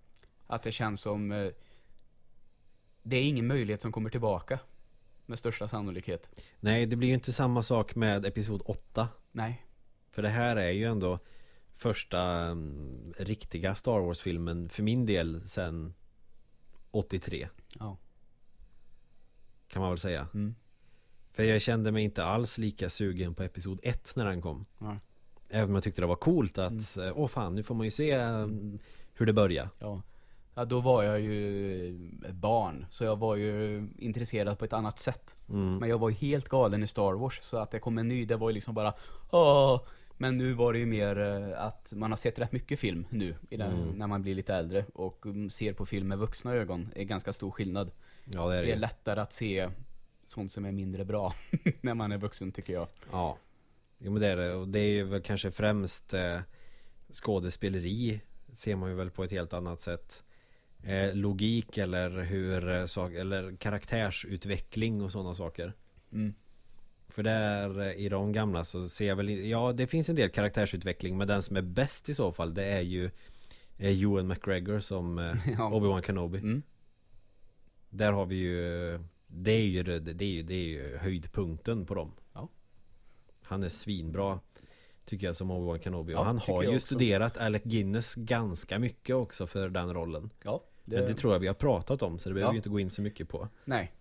Speaker 1: Att det känns som... Eh, det är ingen möjlighet som kommer tillbaka. Med största sannolikhet.
Speaker 2: Nej, det blir ju inte samma sak med Episod 8
Speaker 1: Nej.
Speaker 2: För det här är ju ändå första mm, riktiga Star Wars-filmen för min del sen 83
Speaker 1: Ja.
Speaker 2: kan man väl säga.
Speaker 1: Mm.
Speaker 2: För jag kände mig inte alls lika sugen på Episod 1 när den kom.
Speaker 1: Ja.
Speaker 2: Även om jag tyckte det var coolt att, eh, åh fan, nu får man ju se eh, hur det börjar.
Speaker 1: Ja. ja, då var jag ju eh, barn, så jag var ju intresserad på ett annat sätt.
Speaker 2: Mm.
Speaker 1: Men jag var ju helt galen i Star Wars, så att det kom en ny, det var ju liksom bara Åh! Men nu var det ju mer eh, att man har sett rätt mycket film nu, i den,
Speaker 2: Mm.
Speaker 1: när man blir lite äldre, och mm, ser på film med vuxna ögon, är ganska stor skillnad.
Speaker 2: Ja, det är det
Speaker 1: Det är
Speaker 2: ju.
Speaker 1: lättare att se sånt som är mindre bra, när man är vuxen tycker jag.
Speaker 2: Ja. Jo men det är det. Och det är ju väl kanske främst eh, skådespeleri ser man ju väl på ett helt annat sätt. eh, logik eller hur eh, sak, eller karaktärsutveckling och sådana saker.
Speaker 1: Mm.
Speaker 2: För där eh, i de gamla så ser jag väl i- Ja det finns en del karaktärsutveckling men den som är bäst i så fall det är ju eh, Johan McGregor som eh,
Speaker 1: Ja.
Speaker 2: Obi-Wan Kenobi
Speaker 1: Mm.
Speaker 2: Där har vi ju Det är ju, det, det är ju, det är ju höjdpunkten på dem
Speaker 1: Ja.
Speaker 2: Han är svinbra Tycker jag som Obi-Wan Kenobi
Speaker 1: Ja,
Speaker 2: Och han
Speaker 1: tycker
Speaker 2: har
Speaker 1: jag
Speaker 2: ju
Speaker 1: också.
Speaker 2: studerat Alec Guinness ganska mycket också för den rollen
Speaker 1: ja det,
Speaker 2: Men det tror jag vi har pratat om så det behöver
Speaker 1: Ja.
Speaker 2: vi inte gå in så mycket på
Speaker 1: Nej.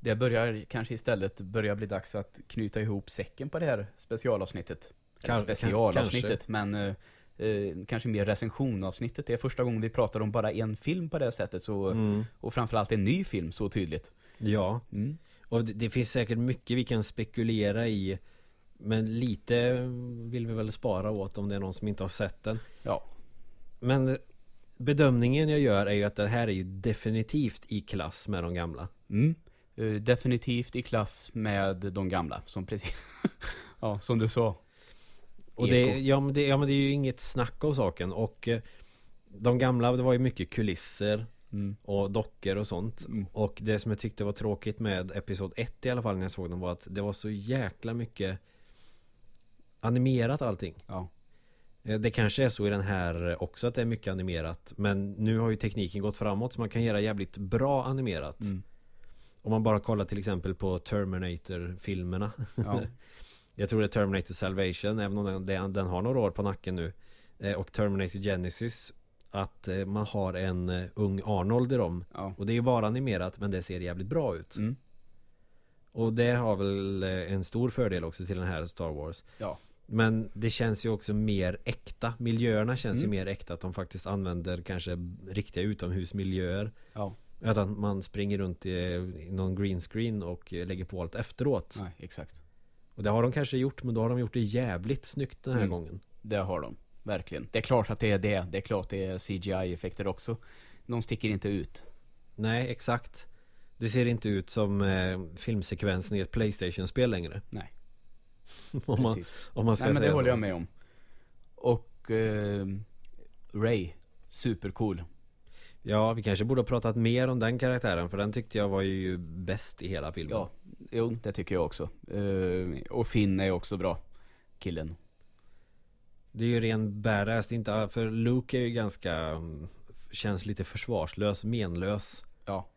Speaker 1: Det börjar kanske istället börja bli dags att knyta ihop säcken på det här specialavsnittet. Eller
Speaker 2: Kan- kan-
Speaker 1: specialavsnittet, men eh, eh, kanske mer recensionavsnittet. Det är första gången vi pratar om bara en film på det här sättet. Så,
Speaker 2: Mm.
Speaker 1: Och framförallt en ny film så tydligt.
Speaker 2: Ja
Speaker 1: Mm.
Speaker 2: Och det, det finns säkert mycket vi kan spekulera i Men lite vill vi väl spara åt om det är någon som inte har sett den
Speaker 1: Ja.
Speaker 2: Men bedömningen jag gör är ju att det här är ju definitivt i klass med de gamla
Speaker 1: Mm. Eh, definitivt i klass med de gamla, som precis... ja, som du sa.
Speaker 2: Och det,
Speaker 1: Eko.
Speaker 2: ja, men det, ja men det är ju inget snack om saken och eh, De gamla det var ju mycket kulisser
Speaker 1: Mm.
Speaker 2: och dockor och sånt
Speaker 1: Mm.
Speaker 2: Och det som jag tyckte var tråkigt med Episod 1 i alla fall när jag såg den var att det var så jäkla mycket Animerat allting
Speaker 1: Ja.
Speaker 2: Eh, Det kanske är så i den här också att det är mycket animerat Men nu har ju tekniken gått framåt så man kan göra jävligt bra animerat
Speaker 1: Mm.
Speaker 2: Om man bara kollar till exempel på Terminator-filmerna
Speaker 1: ja.
Speaker 2: Jag tror det är Terminator Salvation även om den, den, den har några år på nacken nu eh, Och Terminator Genesis Att eh, man har en eh, ung Arnold i dem
Speaker 1: ja.
Speaker 2: Och det är ju bara animerat men det ser jävligt bra ut
Speaker 1: Mm.
Speaker 2: Och det har väl eh, en stor fördel också till den här Star Wars
Speaker 1: Ja.
Speaker 2: Men det känns ju också mer äkta Miljöerna känns
Speaker 1: Mm.
Speaker 2: ju mer äkta Att de faktiskt använder kanske riktiga utomhusmiljöer
Speaker 1: Ja.
Speaker 2: Att han- man springer runt i i någon green screen och eh, lägger på allt efteråt
Speaker 1: Nej, exakt.
Speaker 2: Och det har de kanske gjort men då har de gjort det jävligt snyggt den här
Speaker 1: Mm.
Speaker 2: gången
Speaker 1: Det har de. Verkligen. Det är klart att det är det. Det är klart det är CGI-effekter också. De sticker inte ut.
Speaker 2: Nej exakt Det ser inte ut som eh, filmsekvensen i ett Playstation-spel längre
Speaker 1: Nej.
Speaker 2: om, man,
Speaker 1: Precis.
Speaker 2: om man ska
Speaker 1: Nej, men det
Speaker 2: säga
Speaker 1: håller
Speaker 2: så.
Speaker 1: jag med om. Och... Eh, Ray. Supercool.
Speaker 2: Ja, vi kanske borde ha pratat mer om den karaktären för den tyckte jag var ju bäst i hela filmen.
Speaker 1: Ja. Jo, det tycker jag också. Eh, och Finn är också bra. Killen.
Speaker 2: Det är ju ren badass, det är inte, för Luke är ju ganska, mm, f- känns lite försvarslös, menlös.
Speaker 1: Ja.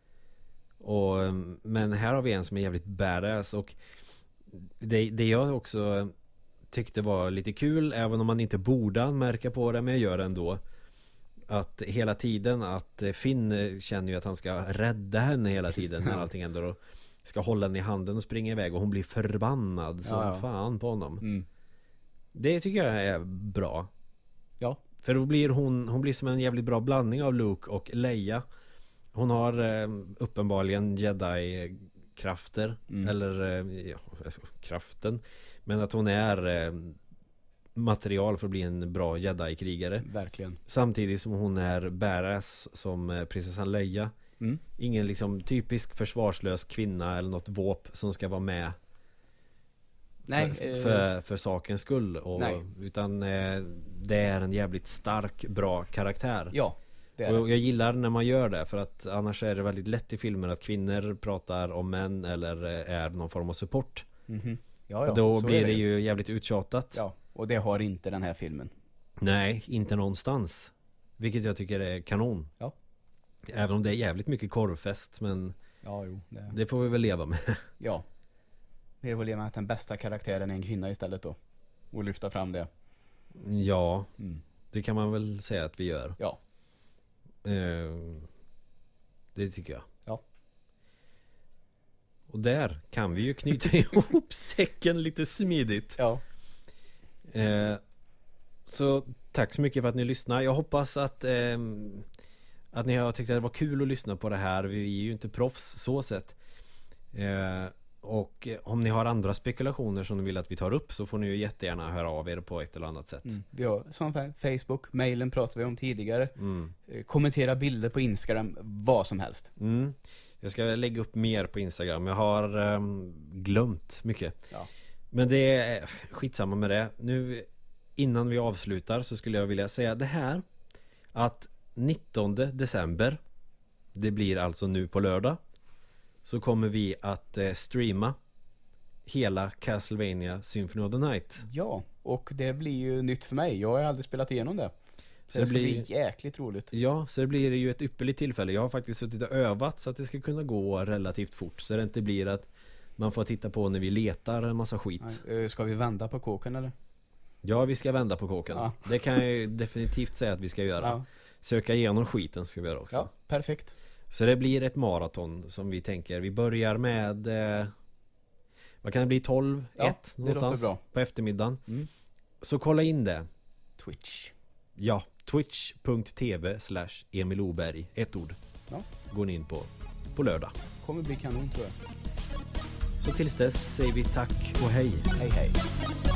Speaker 2: Och, mm, men här har vi en som är jävligt badass och det, det jag också tyckte var lite kul, även om man inte borde anmärka på det, men jag gör det ändå. Att hela tiden att Finn eh, känner ju att han ska rädda henne hela tiden när allting händer och ska hålla henne i handen och springa iväg och hon blir förbannad som
Speaker 1: Ja, ja.
Speaker 2: fan på honom.
Speaker 1: Mm.
Speaker 2: Det tycker jag är bra.
Speaker 1: Ja.
Speaker 2: För då blir hon, hon blir som en jävligt bra blandning av Luke och Leia. Hon har eh, uppenbarligen jedi-krafter.
Speaker 1: Mm.
Speaker 2: Eller eh, ja, kraften. Men att hon är eh, material för att bli en bra
Speaker 1: Mm.
Speaker 2: jedi-krigare.
Speaker 1: Verkligen.
Speaker 2: Samtidigt som hon är badass som eh, prinsessan Leia.
Speaker 1: Mm.
Speaker 2: Ingen liksom typisk försvarslös kvinna eller något våp som ska vara med
Speaker 1: Nej,
Speaker 2: för,
Speaker 1: eh,
Speaker 2: för, för sakens skull och,
Speaker 1: Nej.
Speaker 2: Utan eh, det är en jävligt stark, bra karaktär
Speaker 1: ja. Det är
Speaker 2: Och
Speaker 1: det.
Speaker 2: jag gillar när man gör det för att annars är det väldigt lätt i filmer att kvinnor pratar om män eller eh, är någon form av support
Speaker 1: Mhm. Ja, ja,
Speaker 2: Och Då
Speaker 1: så
Speaker 2: blir
Speaker 1: är
Speaker 2: det ju jävligt uttjatat
Speaker 1: Ja, och det har inte den här filmen.
Speaker 2: Nej, inte någonstans Vilket jag tycker är kanon
Speaker 1: Ja.
Speaker 2: Även om det är jävligt mycket korvfest men
Speaker 1: Ja, jo. Det.
Speaker 2: det får vi väl leva med
Speaker 1: Ja. Det är väl det med att den bästa karaktären är en kvinna istället då. Och lyfta fram det.
Speaker 2: Ja,
Speaker 1: Mm.
Speaker 2: det kan man väl säga att vi gör
Speaker 1: Ja.
Speaker 2: Eh, Det tycker jag.
Speaker 1: Ja.
Speaker 2: Och där kan vi ju knyta ihop säcken lite smidigt.
Speaker 1: Ja.
Speaker 2: Eh, Så tack så mycket för att ni lyssnade. Jag hoppas att ehm, att ni har tyckt att det var kul att lyssna på det här. Vi är ju inte proffs så sett. Eh, Och om ni har andra spekulationer som ni vill att vi tar upp så får ni ju jättegärna höra av er på ett eller annat sätt.
Speaker 1: Mm. Vi har som fa- Facebook, mailen pratade vi om tidigare.
Speaker 2: Mm.
Speaker 1: Eh, Kommentera bilder på Instagram, vad som helst.
Speaker 2: Mm. Jag ska lägga upp mer på Instagram. Jag har ehm, glömt mycket.
Speaker 1: Ja.
Speaker 2: Men det är eh, skitsamma med det. Nu innan vi avslutar så skulle jag vilja säga det här. Att 19 december Det blir alltså nu på lördag Så kommer vi att eh, streama Hela Castlevania Symphony of the Night
Speaker 1: Ja, och det blir ju nytt för mig. Jag har ju aldrig spelat igenom det. Så
Speaker 2: Så
Speaker 1: det
Speaker 2: det
Speaker 1: ska bli
Speaker 2: blir-
Speaker 1: jäkligt roligt.
Speaker 2: Ja, så det blir ju ett ypperligt tillfälle Jag har faktiskt suttit och övat så att det ska kunna gå relativt fort Så det inte blir att man får titta på när vi letar en massa skit
Speaker 1: Eh, Ska vi vända på kåken eller?
Speaker 2: Ja, vi ska vända på kåken
Speaker 1: Ja.
Speaker 2: Det kan jag ju definitivt säga att vi ska göra Söka igenom skiten ska vi göra också
Speaker 1: ja perfekt.
Speaker 2: Så det blir ett maraton som vi tänker. Vi börjar med eh, Vad kan det bli? 12?
Speaker 1: Ja,
Speaker 2: 1?
Speaker 1: det låter
Speaker 2: Någonstans
Speaker 1: bra.
Speaker 2: på eftermiddagen.
Speaker 1: Mm.
Speaker 2: Så kolla in det.
Speaker 1: Twitch.
Speaker 2: Ja, twitch.tv slash Emil Oberg. Ett ord.
Speaker 1: Ja.
Speaker 2: Går ni in på på lördag.
Speaker 1: Kommer bli kanon tror jag.
Speaker 2: Så tills dess säger vi tack och hej.
Speaker 1: Hej hej.